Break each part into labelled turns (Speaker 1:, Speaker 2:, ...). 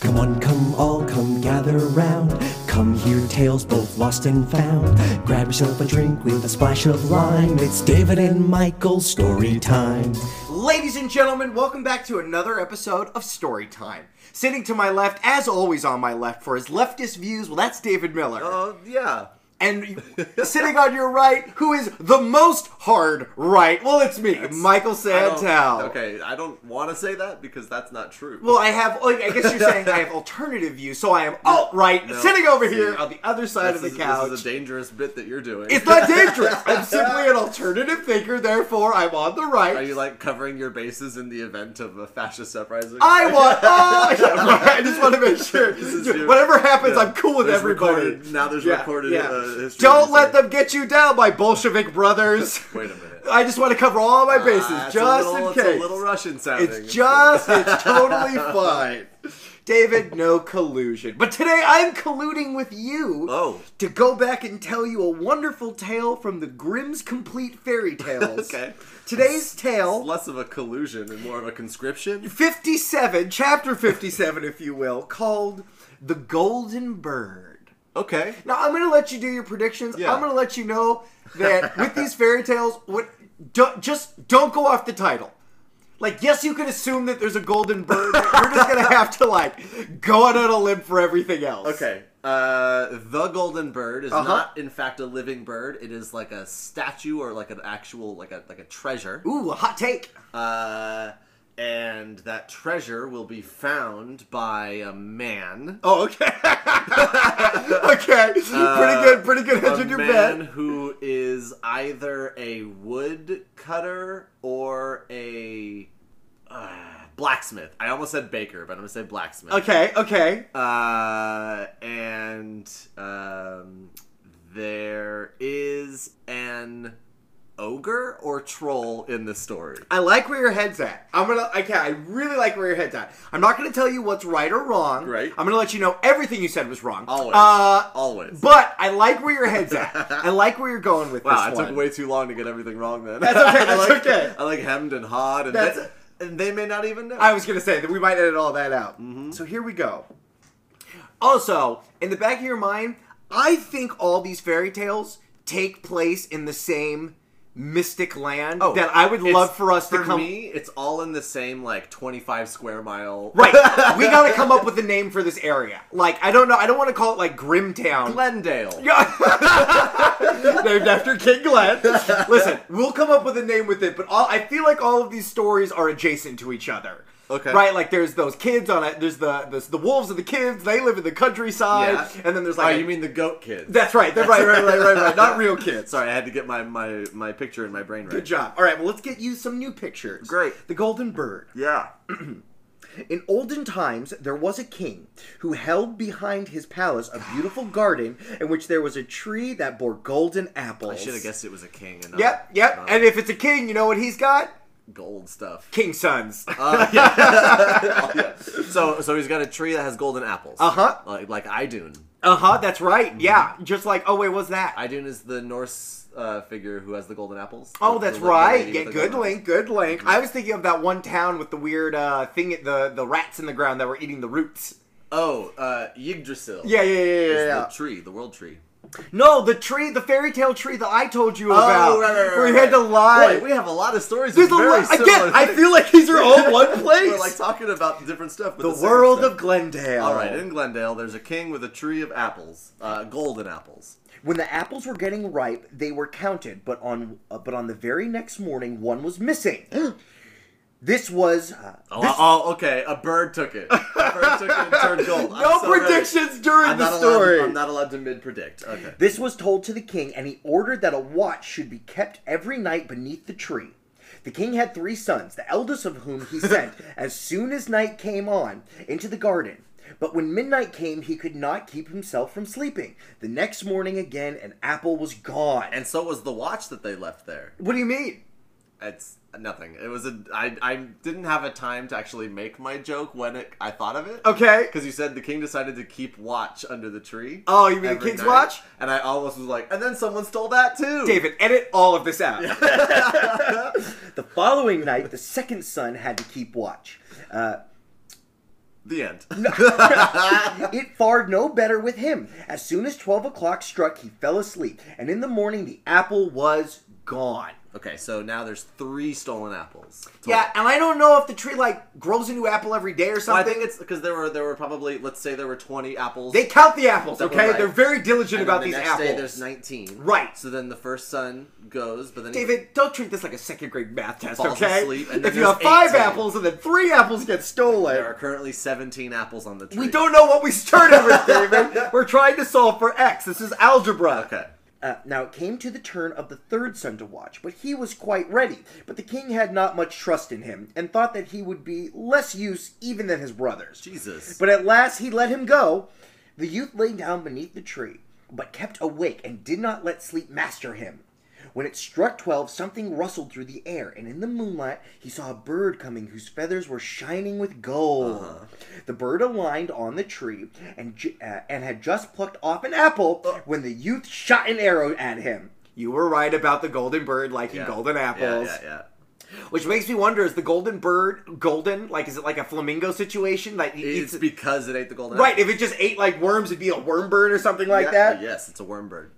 Speaker 1: Come on, come all, come gather round. Come hear tales both lost and found. Grab yourself a drink with a splash of lime. It's David and Michael's story time.
Speaker 2: Ladies and gentlemen, welcome back to another episode of Story Time. Sitting to my left, as always on my left, for his leftist views, well, that's David Miller.
Speaker 3: Oh, yeah.
Speaker 2: and sitting on your right, who is the most hard right, well, it's me, Michael
Speaker 3: I don't-
Speaker 2: Santel.
Speaker 3: Okay, I don't want to say that because that's not true.
Speaker 2: Well, I have, like, I guess you're saying I have alternative views, so I am alt right,
Speaker 3: no,
Speaker 2: sitting over
Speaker 3: see,
Speaker 2: here on the other side
Speaker 3: this,
Speaker 2: of the
Speaker 3: is,
Speaker 2: couch.
Speaker 3: this is a dangerous bit that you're doing.
Speaker 2: It's not dangerous. I'm simply an alternative thinker, therefore I'm on the right.
Speaker 3: Are you like covering your bases in the event of a fascist uprising?
Speaker 2: I want. Oh, yeah, right. I just want to make sure.
Speaker 3: is
Speaker 2: Dude,
Speaker 3: your-
Speaker 2: whatever happens,
Speaker 3: yeah.
Speaker 2: I'm cool with
Speaker 3: There's
Speaker 2: everybody.
Speaker 3: recorded- now there's recorded, uh, history
Speaker 2: Don't
Speaker 3: of
Speaker 2: let
Speaker 3: this.
Speaker 2: them get you down, my Bolshevik brothers.
Speaker 3: Wait a minute.
Speaker 2: I just want to cover all my bases,
Speaker 3: Ah, it's a
Speaker 2: just
Speaker 3: little-
Speaker 2: in
Speaker 3: It's
Speaker 2: case.
Speaker 3: a little Russian sounding.
Speaker 2: It's just, it's totally fine. David, no collusion. But today I'm colluding with you
Speaker 3: Oh.
Speaker 2: to go back and tell you a wonderful tale from the Grimm's Complete Fairy Tales.
Speaker 3: Okay.
Speaker 2: Today's tale.
Speaker 3: less of a collusion and more of a conscription.
Speaker 2: 57, chapter 57, if you will, called The Golden Bird.
Speaker 3: Okay.
Speaker 2: Now, I'm going to let you do your predictions.
Speaker 3: Yeah.
Speaker 2: I'm going to let you know that with these fairy tales, what, don't, just don't go off the title. Like, yes, you can assume that there's a golden bird, but you're just going to have to, like, go out on a limb for everything else.
Speaker 3: Okay. Uh, the golden bird is
Speaker 2: Uh-huh.
Speaker 3: not, in fact, a living bird. It is like a statue or like an actual, like a like a treasure.
Speaker 2: Ooh, a hot take.
Speaker 3: Uh, and that treasure will be found by a man.
Speaker 2: Oh, okay. okay. pretty good, pretty good hedge
Speaker 3: a
Speaker 2: in your
Speaker 3: Uh, oh, man
Speaker 2: bet.
Speaker 3: who is either a wood cutter or a uh, blacksmith. I almost said baker, but I'm gonna say blacksmith.
Speaker 2: Okay, okay.
Speaker 3: Uh, and um, there is an ogre or troll in the story.
Speaker 2: I like where your head's at. I'm gonna. I can I really like where your head's at. I'm not gonna tell you what's right or wrong.
Speaker 3: Right.
Speaker 2: I'm gonna let you know everything you said was wrong.
Speaker 3: Always.
Speaker 2: Uh,
Speaker 3: Always.
Speaker 2: But I like where your head's at. I like where you're going with
Speaker 3: Wow,
Speaker 2: this
Speaker 3: it
Speaker 2: one.
Speaker 3: took way too long to get everything wrong then.
Speaker 2: That's okay,
Speaker 3: I
Speaker 2: that's
Speaker 3: like,
Speaker 2: okay.
Speaker 3: I like hemmed and hawed, and,
Speaker 2: That's-
Speaker 3: they, and they may not even know.
Speaker 2: I was gonna say that we might edit all that out.
Speaker 3: Mm-hmm.
Speaker 2: So here we go. Also, in the back of your mind, I think all these fairy tales take place in the same mystic land that I would
Speaker 3: Oh, it's-
Speaker 2: love for us to
Speaker 3: for
Speaker 2: come.
Speaker 3: me, it's all in the same like 25 square mile.
Speaker 2: Right. we gotta come up with a name for this area. Like, I don't know. I don't want to call it like Grimtown.
Speaker 3: Glendale.
Speaker 2: Yeah. Named after King Glenn. Listen, we'll come up with a name with it, but all, I feel like all of these stories are adjacent to each other.
Speaker 3: Okay.
Speaker 2: Right, like there's those kids on it. There's the the, the wolves of the kids. They live in the countryside,
Speaker 3: Yeah.
Speaker 2: and then there's
Speaker 3: Oh,
Speaker 2: like a-
Speaker 3: you mean the goat kid?
Speaker 2: that's right, that's right, right, right, right, right. Not real kids.
Speaker 3: Sorry, I had to get my my my picture in my brain right.
Speaker 2: Good job. All right, well, let's get you some new pictures.
Speaker 3: Great.
Speaker 2: The golden bird.
Speaker 3: Yeah.
Speaker 2: In olden times, there was a king who held behind his palace a beautiful garden in which there was a tree that bore golden apples.
Speaker 3: I should have guessed Uh, it was a king and not,
Speaker 2: Yep, yep.
Speaker 3: not
Speaker 2: And if it's a king, you know what he's got?
Speaker 3: gold stuff.
Speaker 2: King sons.
Speaker 3: Uh, yeah. Yeah. So so he's got a tree that has golden apples.
Speaker 2: Uh-huh.
Speaker 3: Like like Idun.
Speaker 2: Uh huh. That's
Speaker 3: mm-hmm.
Speaker 2: right. Yeah. Just like oh wait, what's that?
Speaker 3: Idun is the Norse uh, figure who has the golden apples.
Speaker 2: oh,
Speaker 3: The-
Speaker 2: that's
Speaker 3: the- the
Speaker 2: right.
Speaker 3: lady
Speaker 2: Yeah.
Speaker 3: with the
Speaker 2: Good
Speaker 3: golden
Speaker 2: link. Good link.
Speaker 3: Mm-hmm.
Speaker 2: I was thinking of that one town with the weird uh, thing at the the rats in the ground that were eating the roots.
Speaker 3: apples. Oh, uh, Yggdrasil.
Speaker 2: Yeah, yeah, yeah, yeah.
Speaker 3: Is
Speaker 2: yeah.
Speaker 3: The tree, the world tree.
Speaker 2: no, the tree, the fairy tale tree that I told you about.
Speaker 3: Oh, right, right, right,
Speaker 2: where you
Speaker 3: right,
Speaker 2: had to
Speaker 3: right.
Speaker 2: lie.
Speaker 3: Boy, we have a lot of stories.
Speaker 2: There's
Speaker 3: There's
Speaker 2: a lot.
Speaker 3: similar
Speaker 2: Again, I
Speaker 3: things.
Speaker 2: feel like these are all one
Speaker 3: We're like
Speaker 2: place.
Speaker 3: talking about different stuff. But
Speaker 2: the
Speaker 3: the, same
Speaker 2: world
Speaker 3: stuff.
Speaker 2: of Glendale.
Speaker 3: All right, in Glendale, there's a king with a tree of apples, uh, golden apples.
Speaker 2: When the apples were getting ripe, they were counted, but on uh, but on the very next morning, one was missing. this was uh,
Speaker 3: Oh,
Speaker 2: this-
Speaker 3: oh, okay. A bird took it. A bird took it and turned gold. I'm
Speaker 2: no
Speaker 3: so ready.
Speaker 2: predictions during
Speaker 3: I'm
Speaker 2: the
Speaker 3: not allowed-
Speaker 2: story.
Speaker 3: I'm not allowed to mid predict. Okay.
Speaker 2: This was told to the king, and he ordered that a watch should be kept every night beneath the tree. The king had three sons, the eldest of whom he sent, as soon as night came on, into the garden. But when midnight came, he could not keep himself from sleeping. The next morning again, an apple was gone.
Speaker 3: And so was the watch that they left there.
Speaker 2: what do you mean?
Speaker 3: It's nothing. It was a. I, I didn't have a time to actually make my joke when it, I thought of it.
Speaker 2: Okay.
Speaker 3: Because you said the king decided to keep watch under the tree.
Speaker 2: Oh, you mean the
Speaker 3: every
Speaker 2: king's watch?
Speaker 3: And I almost was like, and then someone stole that too.
Speaker 2: David, edit all of this out. the following night, the second son had to keep watch. Uh,
Speaker 3: The end.
Speaker 2: It fared no better with him. As soon as 12 o'clock struck, he fell asleep, and in the morning the apple was gone.
Speaker 3: okay, so now there's three stolen apples. Total.
Speaker 4: Yeah, and I don't know if the tree like grows a new apple every day or
Speaker 3: Well, I
Speaker 4: something.
Speaker 3: think it's because there were there were probably let's say there were twenty apples.
Speaker 4: they count the apples,
Speaker 3: That were
Speaker 4: okay?
Speaker 3: ripe.
Speaker 4: They're very diligent
Speaker 3: and then
Speaker 4: about
Speaker 3: the
Speaker 4: these
Speaker 3: next
Speaker 4: apples.
Speaker 3: Day there's nineteen.
Speaker 4: Right.
Speaker 3: So then the first son goes, but then he-
Speaker 4: David, don't treat this like a second grade math test,
Speaker 3: Falls
Speaker 4: okay?
Speaker 3: asleep, and
Speaker 4: if
Speaker 3: then
Speaker 4: you have
Speaker 3: there's
Speaker 4: five
Speaker 3: 18.
Speaker 4: apples and then three apples get
Speaker 3: there are
Speaker 4: stolen,
Speaker 3: currently seventeen apples on the tree.
Speaker 4: we don't know what we started with, David. We're trying to solve for X. This is algebra.
Speaker 3: Okay.
Speaker 2: Uh, now it came to the turn of the third son to watch, but he was quite ready. But the king had not much trust in him, and thought that he would be less use even than his brothers.
Speaker 3: Jesus.
Speaker 2: But at last he let him go. The youth lay down beneath the tree, but kept awake and did not let sleep master him. When it struck twelve, something rustled through the air, and in the moonlight he saw a bird coming whose feathers were shining with gold.
Speaker 4: Uh-huh.
Speaker 2: The bird aligned on the tree and, ju- uh, and had just plucked off an apple when the youth shot an arrow at him.
Speaker 4: Uh. You were right about the golden bird liking
Speaker 3: Yeah.
Speaker 4: golden
Speaker 3: Yeah,
Speaker 4: apples.
Speaker 3: Yeah, yeah.
Speaker 4: Which makes me wonder is the golden bird golden? Like, is it like a flamingo situation? Like, he
Speaker 3: It's
Speaker 4: eats-
Speaker 3: because it ate the golden.
Speaker 4: Right,
Speaker 3: apple.
Speaker 4: if it just ate like worms, it'd be a worm bird or something like
Speaker 3: Yeah,
Speaker 4: that.
Speaker 3: Yes, it's a worm bird.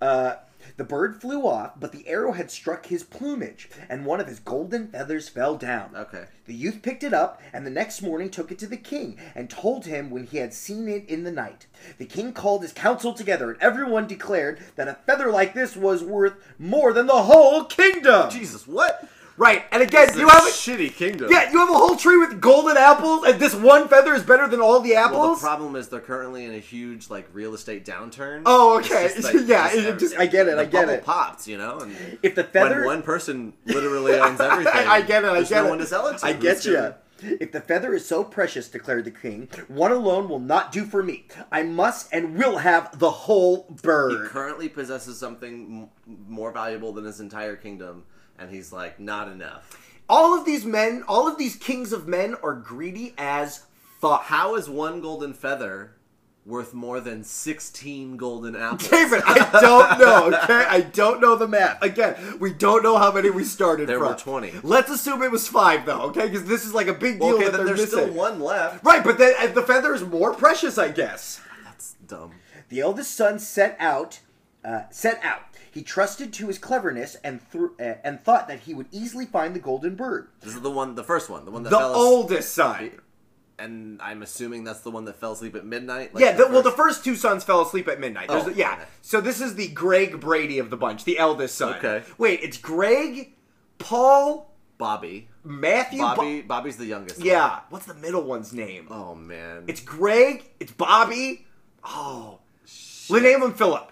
Speaker 2: Uh, the bird flew off, but the arrow had struck his plumage, and one of his golden feathers fell down.
Speaker 3: Okay.
Speaker 2: The youth picked it up, and the next morning took it to the king, and told him when he had seen it in the night. The king called his council together, and everyone declared that a feather like this was worth more than the whole kingdom.
Speaker 3: Jesus, what?
Speaker 4: Right, and again,
Speaker 3: This is
Speaker 4: you
Speaker 3: a
Speaker 4: have a
Speaker 3: shitty kingdom.
Speaker 4: yeah, you have a whole tree with golden apples, and this one feather is better than all the apples.
Speaker 3: Well, the problem is they're currently in a huge like real estate downturn.
Speaker 4: Oh,
Speaker 3: It's
Speaker 4: okay.
Speaker 3: just,
Speaker 4: Yeah, it just- I get it,
Speaker 3: The
Speaker 4: I get
Speaker 3: bubble
Speaker 4: it.
Speaker 3: Popped, you know. And
Speaker 2: If the feather,
Speaker 3: when one person literally owns everything,
Speaker 4: I get it, I
Speaker 3: there's
Speaker 4: get
Speaker 3: no
Speaker 4: it.
Speaker 3: one to sell it to.
Speaker 4: I
Speaker 3: Who's
Speaker 4: get ya.
Speaker 3: gonna-
Speaker 2: if the feather is so precious, declared the king, one alone will not do for me. I must and will have the whole
Speaker 3: He
Speaker 2: bird.
Speaker 3: currently possesses something m- more valuable than his entire kingdom, and he's like, not enough.
Speaker 4: all of these men, all of these kings of men, are greedy as fuck.
Speaker 3: How is one golden feather worth more than sixteen golden apples?
Speaker 4: David, I don't know. Okay, I don't know the math. Again, we don't know how many we started.
Speaker 3: There
Speaker 4: from.
Speaker 3: were 20.
Speaker 4: Let's assume it was five, though. Okay, because this is like a big deal
Speaker 3: okay,
Speaker 4: that
Speaker 3: then
Speaker 4: they're
Speaker 3: there's
Speaker 4: missing.
Speaker 3: still one left.
Speaker 4: Right, but the, the feather is more precious, I guess.
Speaker 3: That's dumb.
Speaker 2: The eldest son set out, uh, set out. He trusted to his cleverness and thro- uh, and thought that he would easily find the golden bird.
Speaker 3: This is the one, the first one, the one that
Speaker 4: The
Speaker 3: fell as-
Speaker 4: oldest son.
Speaker 3: and I'm assuming that's the one that fell asleep at midnight. like
Speaker 4: yeah, the, well, the
Speaker 3: first-
Speaker 4: first two sons fell asleep at midnight. There's
Speaker 3: Oh,
Speaker 4: a- yeah,
Speaker 3: okay.
Speaker 4: so this is the Greg Brady of the bunch, the eldest son.
Speaker 3: Okay.
Speaker 4: Wait, it's Greg, Paul,
Speaker 3: Bobby,
Speaker 4: Matthew. Bo-
Speaker 3: Bobby, Bobby's the youngest. one.
Speaker 4: yeah. What's the middle one's name?
Speaker 3: Oh man.
Speaker 4: It's Greg. It's Bobby. Oh, we name him Philip.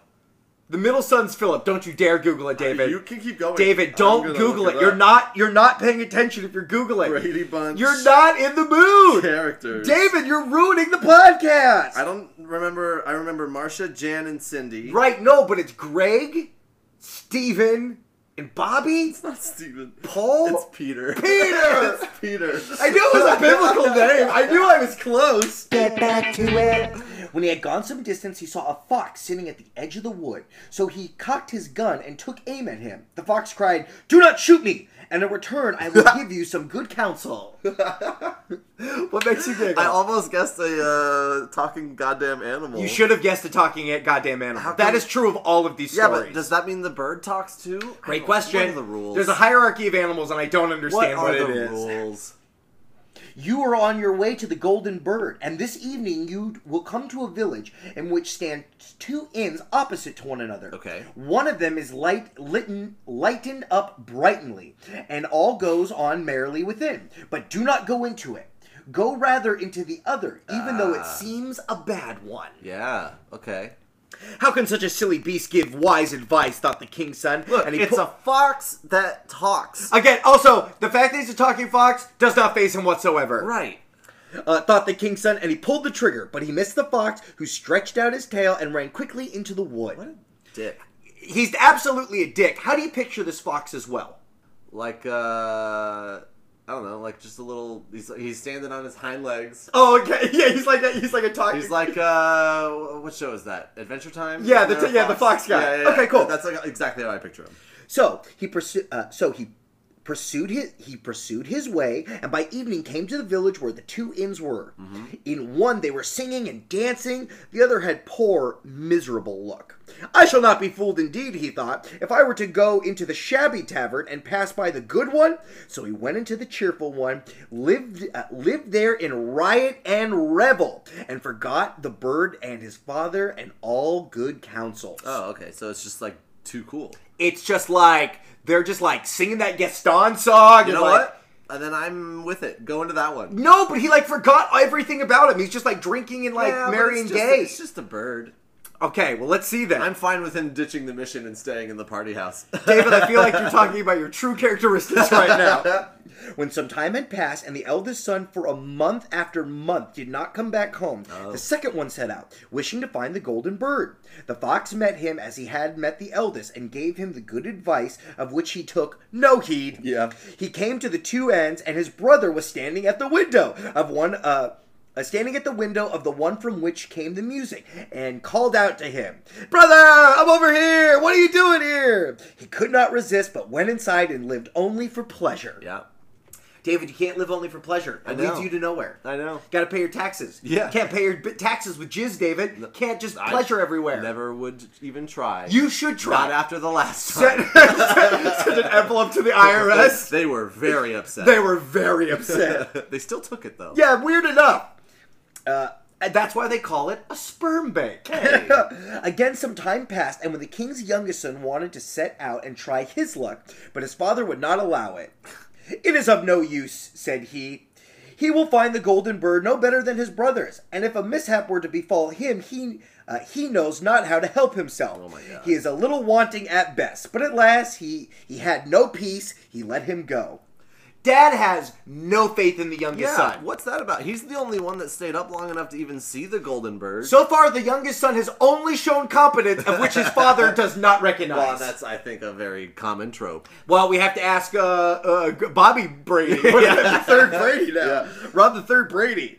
Speaker 4: The middle son's Philip. Don't you dare Google it, David.
Speaker 3: can keep going.
Speaker 4: David, don't Google it. You're not you're not paying attention if you're Googling.
Speaker 3: Brady Bunch.
Speaker 4: You're not in the mood.
Speaker 3: characters.
Speaker 4: David, you're ruining the
Speaker 2: Podcast.
Speaker 3: I don't remember. I remember Marsha, Jan, and Cindy.
Speaker 4: Right, no, but it's Greg, Steven, and Bobby?
Speaker 3: It's not Steven.
Speaker 4: Paul?
Speaker 3: It's Peter.
Speaker 4: Peter!
Speaker 3: it's Peter.
Speaker 4: I knew it was a biblical name. I knew I was close.
Speaker 2: Get back to it. When he had gone some distance, he saw a fox sitting at the edge of the wood. So he cocked his gun and took aim at him. The fox cried, "Do not shoot me!" And in return, I will give you some good counsel.
Speaker 4: What makes you giggle?
Speaker 3: I almost guessed a uh, talking goddamn animal.
Speaker 4: you should have guessed the talking a- goddamn animal.
Speaker 3: How
Speaker 4: That
Speaker 3: come-
Speaker 4: is true of all of these
Speaker 3: Yeah,
Speaker 4: stories.
Speaker 3: but does that mean the bird talks too? I
Speaker 4: Great
Speaker 3: don't-
Speaker 4: question.
Speaker 3: What are the rules?
Speaker 4: There's a hierarchy of animals, and I don't
Speaker 3: What
Speaker 4: understand
Speaker 3: are
Speaker 4: what, it
Speaker 3: the
Speaker 4: is.
Speaker 3: rules?
Speaker 2: You are on your way to the Golden Bird, and this evening you will come to a village in which stand two inns opposite to one another.
Speaker 3: Okay.
Speaker 2: One of them is light, litten, lightened up brightly, and all goes on merrily within. But do not go into it. Go rather into the other, even though
Speaker 4: Ah.
Speaker 2: it seems a bad one.
Speaker 3: Yeah. Okay.
Speaker 4: How can such a silly beast give wise advice? Thought the king's son.
Speaker 3: Look,
Speaker 4: and he
Speaker 3: it's
Speaker 4: pu-
Speaker 3: a fox that talks.
Speaker 4: Again, also, the fact that he's a talking fox does not phase him whatsoever.
Speaker 3: right.
Speaker 2: Uh, thought the king's son, and he pulled the trigger, but he missed the fox, who stretched out his tail and ran quickly into the wood.
Speaker 3: What a dick.
Speaker 4: He's absolutely a dick. How do you picture this fox as well?
Speaker 3: Like uh. I don't know, like just a little. He's he's standing on his hind legs.
Speaker 4: Oh, okay. Yeah, he's like a, he's like a talking.
Speaker 3: He's like, uh, what show is that? Adventure Time?
Speaker 4: Yeah, the-
Speaker 3: Isn't there a
Speaker 4: yeah, the fox guy. Okay, cool.
Speaker 3: That's like exactly how I picture him.
Speaker 2: So he pursu- uh, so he pursued his he pursued his way and by evening came to the village where the two inns were in one they were singing and dancing the other had poor miserable look i shall not be fooled indeed he thought if i were to go into the shabby tavern and pass by the good one so he went into the cheerful one lived uh, lived there in riot and revel and forgot the bird and his father and all good counsels
Speaker 3: Oh, okay. So it's just like too cool.
Speaker 4: It's just like they're just like singing that Gaston song.
Speaker 3: You
Speaker 4: and
Speaker 3: know
Speaker 4: like-
Speaker 3: what? And then I'm with it. Go into that one.
Speaker 4: No, but he like forgot everything about him. He's just like drinking and like
Speaker 3: Yeah, but
Speaker 4: marrying
Speaker 3: it's just-
Speaker 4: gay.
Speaker 3: It's just a bird.
Speaker 4: Okay, well let's see then.
Speaker 3: I'm fine with him ditching the mission and staying in the party house.
Speaker 4: David, I feel like you're talking about your true characteristics right now.
Speaker 2: When some time had passed and the eldest son for a month after month did not come back home,
Speaker 4: Oh.
Speaker 2: the second one set out, wishing to find the golden bird. The fox met him as he had met the eldest and gave him the good advice of which he took no heed.
Speaker 3: Yeah.
Speaker 2: He came to the two ends and his brother was standing at the window of one uh uh, standing at the window of the one from which came the music, and called out to him, Brother, I'm over here! What are you doing here? He could not resist, but went inside and lived only for pleasure.
Speaker 3: yeah.
Speaker 2: David, you can't live only for pleasure. It
Speaker 3: know.
Speaker 2: leads you to nowhere.
Speaker 3: I know.
Speaker 2: Got to pay your taxes.
Speaker 3: Yeah.
Speaker 2: Can't pay your b- taxes with jizz, David. Can't just
Speaker 3: I
Speaker 2: pleasure everywhere.
Speaker 3: Never would even try.
Speaker 4: You should try.
Speaker 3: Not after the last
Speaker 4: Send
Speaker 3: time.
Speaker 4: send an envelope to the IRS.
Speaker 3: they were very upset.
Speaker 4: They were very upset.
Speaker 3: they still took it though.
Speaker 4: Yeah, weird enough. Uh, that's why they call it a sperm bank.
Speaker 2: Again, some time passed, and when the king's youngest son wanted to set out and try his luck, but his father would not allow it. It is of no use, said he. He will find the golden bird no better than his brothers, and if a mishap were to befall him, he uh, he knows not how to help himself. Oh
Speaker 3: my God.
Speaker 2: He is a little wanting at best, but at last he he had no peace. He let him go.
Speaker 4: Dad has no faith in the youngest
Speaker 3: Yeah,
Speaker 4: son.
Speaker 3: what's that about? He's the only one that stayed up long enough to even see the golden bird.
Speaker 4: So far, the youngest son has only shown competence, of which his father does not recognize.
Speaker 3: Well, that's I think a very common trope.
Speaker 4: Well, we have to ask uh, uh, Bobby Brady. the third Brady now. Rob the third Brady.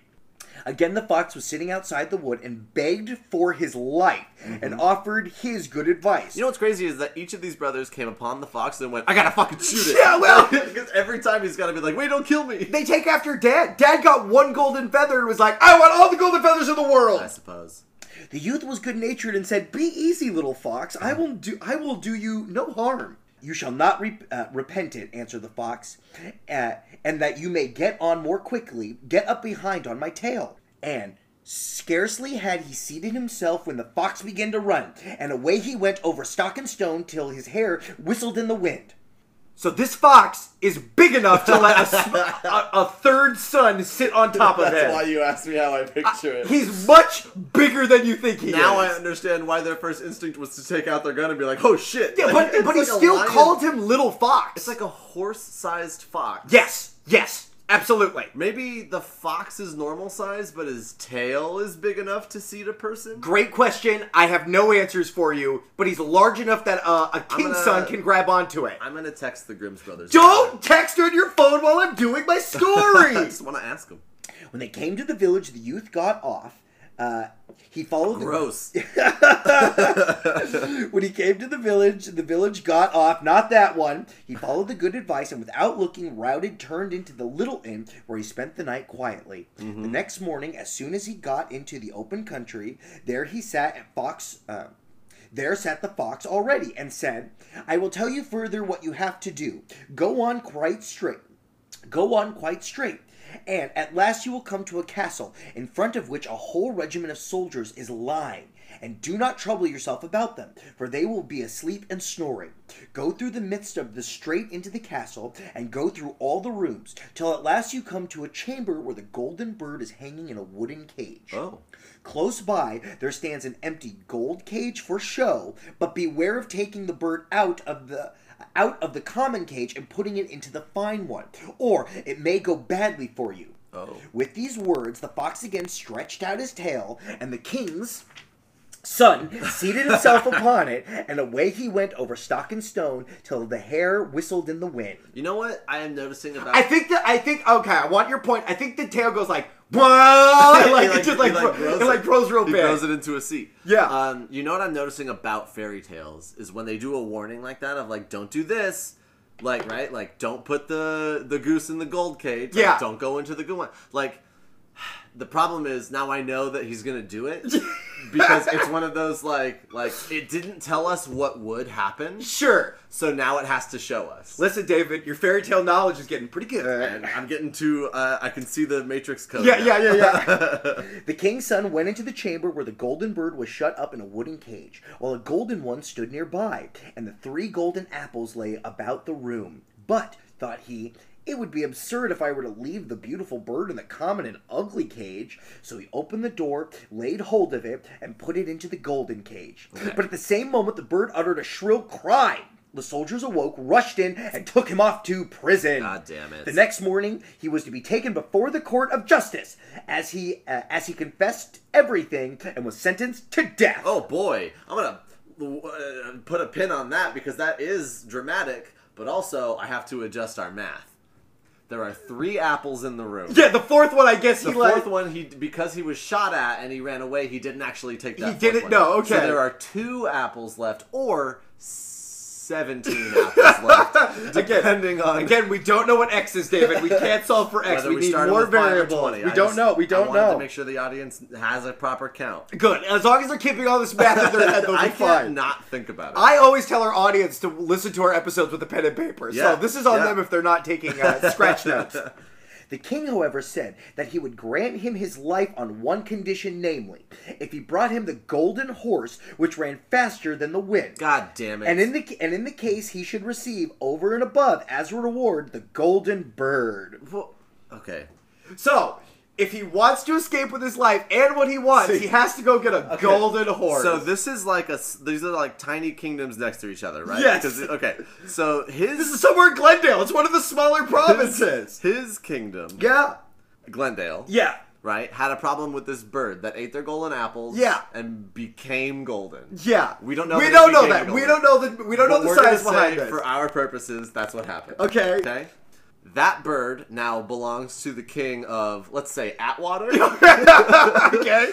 Speaker 2: Again, the fox was sitting outside the wood and begged for his life
Speaker 4: Mm-hmm.
Speaker 2: and offered his good advice.
Speaker 3: You know what's crazy is that each of these brothers came upon the fox and went, "I gotta fucking shoot it."
Speaker 4: Yeah, well-
Speaker 3: because every time he's gotta be like, "Wait, don't kill me."
Speaker 4: They take after Dad. Dad got one golden feather and was like, I want all the golden feathers in the world.
Speaker 3: I suppose.
Speaker 2: the youth was good natured and said, "Be easy, little fox.
Speaker 4: Mm.
Speaker 2: I will do. I will do you no harm. You shall not re- uh, repent it." Answered the fox, uh, "and that you may get on more quickly, get up behind on my tail." And scarcely had he seated himself when the fox began to run, and away he went over stock and stone till his hair whistled in the wind.
Speaker 4: So this fox is big enough to let a, sm- a, a third son sit on top of him.
Speaker 3: you asked me how I picture
Speaker 4: He's much bigger than you think he
Speaker 3: now I
Speaker 4: is.
Speaker 3: understand why their first instinct was to take out their gun and be like, "Oh shit!"
Speaker 4: Yeah, but
Speaker 3: It's
Speaker 4: but he
Speaker 3: like a
Speaker 4: still
Speaker 3: lion.
Speaker 4: called him Little Fox.
Speaker 3: It's like a horse-sized fox.
Speaker 4: yes, yes, absolutely.
Speaker 3: Maybe the fox is normal size, but his tail is big enough to seat a person.
Speaker 4: Great question. I have no answers for you, but he's large enough that uh, a king's
Speaker 3: gonna-
Speaker 4: son can grab onto it.
Speaker 3: I'm gonna text the Grimm's brothers.
Speaker 4: Don't text on your phone while I'm doing my
Speaker 3: I
Speaker 4: story.
Speaker 3: just want to ask them.
Speaker 2: When they came to the village, the youth got off. Uh, he followed the
Speaker 3: Gross.
Speaker 2: when he came to the village, the village got off. Not that one. He followed the good advice and, without looking, routed turned into the little inn where he spent the night quietly. The next morning, as soon as he got into the open country, there he sat at fox. Uh, there sat the fox already and said, "I will tell you further what you have to do. Go on quite straight go on quite straight, and at last you will come to a castle, in front of which a whole regiment of soldiers is lying. And do not trouble yourself about them, for they will be asleep and snoring. Go through the midst of the straight into the castle, and go through all the rooms, till at last you come to a chamber where the golden bird is hanging in a wooden cage.
Speaker 3: Oh.
Speaker 2: Close by, there stands an empty gold cage for show, but beware of taking the bird out of the out of the common cage and putting it into the fine one, or it may go badly for you.
Speaker 3: Oh.
Speaker 2: With these words, the fox again stretched out his tail, and the king's son seated himself upon it, and away he went over stock and stone till the hare whistled in the wind.
Speaker 3: You know what I am noticing about
Speaker 4: I think that I think okay. I want your point. I think the tail goes like whoa, and like, it just like, gro- it like grows real
Speaker 3: he
Speaker 4: big.
Speaker 3: grows it into a seat.
Speaker 4: Yeah.
Speaker 3: Um, you know what I'm noticing about fairy tales is when they do a warning like that of like, don't do this, Like right, like don't put the the goose in the gold cage. Like,
Speaker 4: Yeah.
Speaker 3: don't go into the good one. Like the problem is now I know that he's gonna do it because it's one of those like like it didn't tell us what would happen,
Speaker 4: Sure.
Speaker 3: so now it has to show us.
Speaker 4: Listen, David, your fairy tale knowledge is getting pretty good.
Speaker 3: And I'm getting to uh, I can see the Matrix code.
Speaker 4: Yeah,
Speaker 3: now.
Speaker 4: yeah, yeah, yeah.
Speaker 2: The king's son went into the chamber where the golden bird was shut up in a wooden cage, while a golden one stood nearby, and the three golden apples lay about the room. But, thought he, it would be absurd if I were to leave the beautiful bird in the common and ugly cage. So he opened the door, laid hold of it, and put it into the golden cage. But at the same moment, the bird uttered a shrill cry. The soldiers awoke, rushed in, and took him off to prison.
Speaker 3: God damn it.
Speaker 2: The next morning, he was to be taken before the court of justice, as he uh, as he confessed everything and was sentenced to death.
Speaker 3: Oh boy, I'm gonna uh, put a pin on that because that is dramatic, but also I have to adjust our math. There are three apples in the room.
Speaker 4: yeah, the fourth one, I guess
Speaker 3: The
Speaker 4: he like.
Speaker 3: fourth one, he because he was shot at and he ran away, he didn't actually take that.
Speaker 4: He
Speaker 3: fourth
Speaker 4: didn't-
Speaker 3: one.
Speaker 4: no,
Speaker 3: So
Speaker 4: okay.
Speaker 3: there are two apples left, or seventeen apples left, depending
Speaker 4: again,
Speaker 3: on
Speaker 4: again, we don't know what X is, David. We can't solve for X.
Speaker 3: whether
Speaker 4: we,
Speaker 3: we
Speaker 4: need
Speaker 3: started
Speaker 4: more
Speaker 3: with five or
Speaker 4: variables.
Speaker 3: 20.
Speaker 4: We
Speaker 3: I
Speaker 4: don't
Speaker 3: just-
Speaker 4: know. We
Speaker 3: I
Speaker 4: don't
Speaker 3: wanted
Speaker 4: know.
Speaker 3: to make sure the audience has a proper count.
Speaker 4: Good. As long as they're keeping all this math in their head, they'll be
Speaker 3: I
Speaker 4: fine.
Speaker 3: can't not think about it.
Speaker 4: I always tell our audience to listen to our episodes with a pen and paper.
Speaker 3: Yeah,
Speaker 4: So this is on
Speaker 3: yeah.
Speaker 4: them if they're not taking uh, scratch notes.
Speaker 2: The king, however, said that he would grant him his life on one condition, namely, if he brought him the golden horse, which ran faster than the wind.
Speaker 3: God damn it!
Speaker 2: And in the and in the case, he should receive over and above as a reward the golden bird.
Speaker 3: Well, okay.
Speaker 4: So if he wants to escape with his life and what he wants, he has to go get a golden horse.
Speaker 3: So this is like a s- these are like tiny kingdoms next to each other, right?
Speaker 4: Yes.
Speaker 3: 'Cause it- Okay. So his
Speaker 4: this is somewhere in Glendale. It's one of the smaller
Speaker 3: his,
Speaker 4: provinces.
Speaker 3: his kingdom,
Speaker 4: yeah.
Speaker 3: Glendale,
Speaker 4: Yeah.
Speaker 3: right, had a problem with this bird that ate their golden apples,
Speaker 4: Yeah.
Speaker 3: and became golden.
Speaker 4: Yeah.
Speaker 3: We don't know
Speaker 4: We
Speaker 3: that
Speaker 4: don't
Speaker 3: he
Speaker 4: know
Speaker 3: became
Speaker 4: that. We
Speaker 3: golden.
Speaker 4: don't know the. We don't
Speaker 3: But
Speaker 4: know the
Speaker 3: we're gonna
Speaker 4: science behind
Speaker 3: say,
Speaker 4: this.
Speaker 3: For our purposes, that's what happened.
Speaker 4: Okay.
Speaker 3: Okay. That bird now belongs to the king of, let's say, Atwater.
Speaker 4: okay.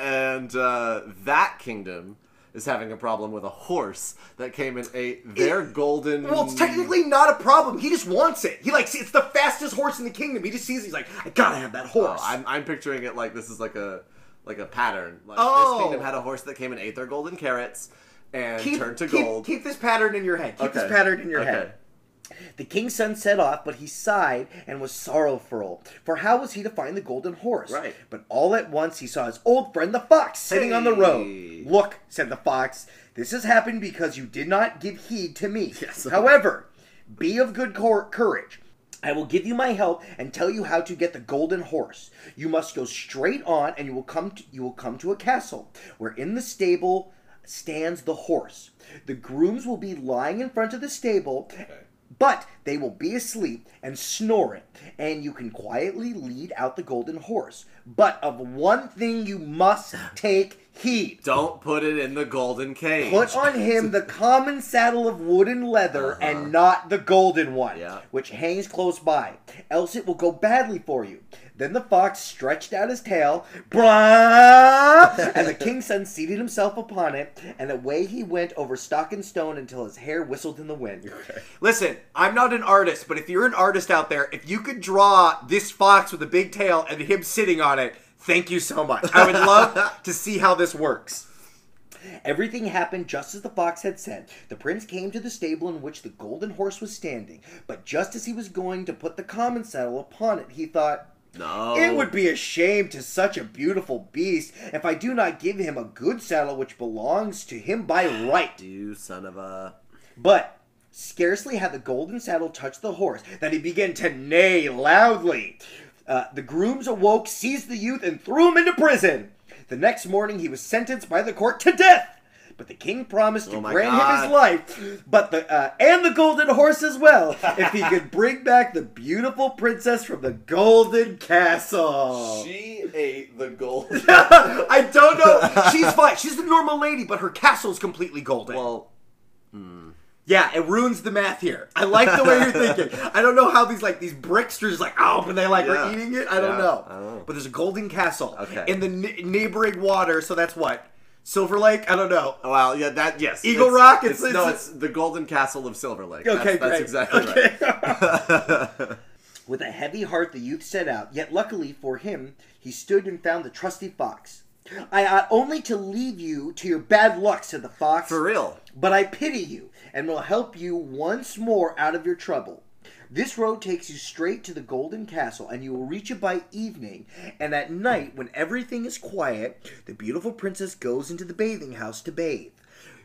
Speaker 3: and uh, that kingdom is having a problem with a horse that came and ate their golden.
Speaker 4: Well, it's technically not a problem. He just wants it. He likes it's the fastest horse in the kingdom. He just sees it. he's like, I gotta have that
Speaker 3: Oh,
Speaker 4: horse.
Speaker 3: I'm, I'm picturing it like this is like a like a pattern. Like
Speaker 4: Oh.
Speaker 3: this kingdom had a horse that came and ate their golden carrots and
Speaker 4: keep,
Speaker 3: turned to
Speaker 4: keep-
Speaker 3: gold.
Speaker 4: Keep, this pattern in your head. Keep this
Speaker 3: Okay.
Speaker 4: pattern in your
Speaker 3: Okay.
Speaker 4: head.
Speaker 2: The king's son set off, but he sighed and was sorrowful, for how was he to find the golden horse?
Speaker 3: Right.
Speaker 2: But all at once he saw his old friend the fox sitting on the road.
Speaker 3: Hey.
Speaker 2: Look, said the fox, this has happened because you did not give heed to me.
Speaker 3: Yes.
Speaker 2: However, be of good cor- courage. I will give you my help and tell you how to get the golden horse. You must go straight on, and you will come. To, you will come to a castle, where in the stable stands the horse. The grooms will be lying in front of the stable, but they will be asleep and snoring, and you can quietly lead out the golden horse. But of one thing you must take heed.
Speaker 3: Don't put it in the golden cage.
Speaker 2: Put on him the common saddle of wood and leather
Speaker 4: Uh-huh.
Speaker 2: and not the golden one,
Speaker 3: Yeah.
Speaker 2: which hangs close by, else it will go badly for you. Then the fox stretched out his tail, brah, and the king's son seated himself upon it, and away he went over stock and stone until his hair whistled in the wind.
Speaker 4: Listen, I'm not an artist, but if you're an artist out there, if you could draw this fox with a big tail and him sitting on it, thank you so much. I would love to see how this works.
Speaker 2: Everything happened just as the fox had said. The prince came to the stable in which the golden horse was standing, but just as he was going to put the common saddle upon it, he thought,
Speaker 3: no.
Speaker 2: It would be a shame to such a beautiful beast if I do not give him a good saddle which belongs to him by right.
Speaker 3: You son of a.
Speaker 2: But scarcely had the golden saddle touched the horse than he began to neigh loudly. Uh, the grooms awoke, seized the youth, and threw him into prison. The next morning he was sentenced by the court to death. But the king promised to
Speaker 3: Oh my
Speaker 2: grant him
Speaker 3: God.
Speaker 2: his life, but the uh, and the golden horse as well, if he could bring back the beautiful princess from the golden castle.
Speaker 3: She
Speaker 4: Oh.
Speaker 3: ate the golden.
Speaker 4: I don't know. She's fine. She's the normal lady, but her castle's completely golden.
Speaker 3: well,
Speaker 4: Yeah, it ruins the math here. I like the way you're thinking. I don't know how these like these bricksters like oh, but they like
Speaker 3: Yeah.
Speaker 4: are eating it. I don't
Speaker 3: Yeah,
Speaker 4: know.
Speaker 3: I don't know.
Speaker 4: But there's a golden castle
Speaker 3: Okay.
Speaker 4: in the n- neighboring water, so that's what Silver Lake? I don't know.
Speaker 3: Oh, wow, yeah, that yes,
Speaker 4: Eagle Rock, it's-
Speaker 3: no,
Speaker 4: it's-
Speaker 3: it's the Golden Castle of Silver Lake.
Speaker 4: Okay,
Speaker 3: that's, that's
Speaker 4: great.
Speaker 3: exactly right.
Speaker 2: With a heavy heart, the youth set out, yet luckily for him, he stood and found the trusty fox. I ought only to leave you to your bad luck, said the fox.
Speaker 3: For real.
Speaker 2: But I pity you, and will help you once more out of your trouble. This road takes you straight to the Golden Castle, and you will reach it by evening. And at night, when everything is quiet, the beautiful princess goes into the bathing house to bathe.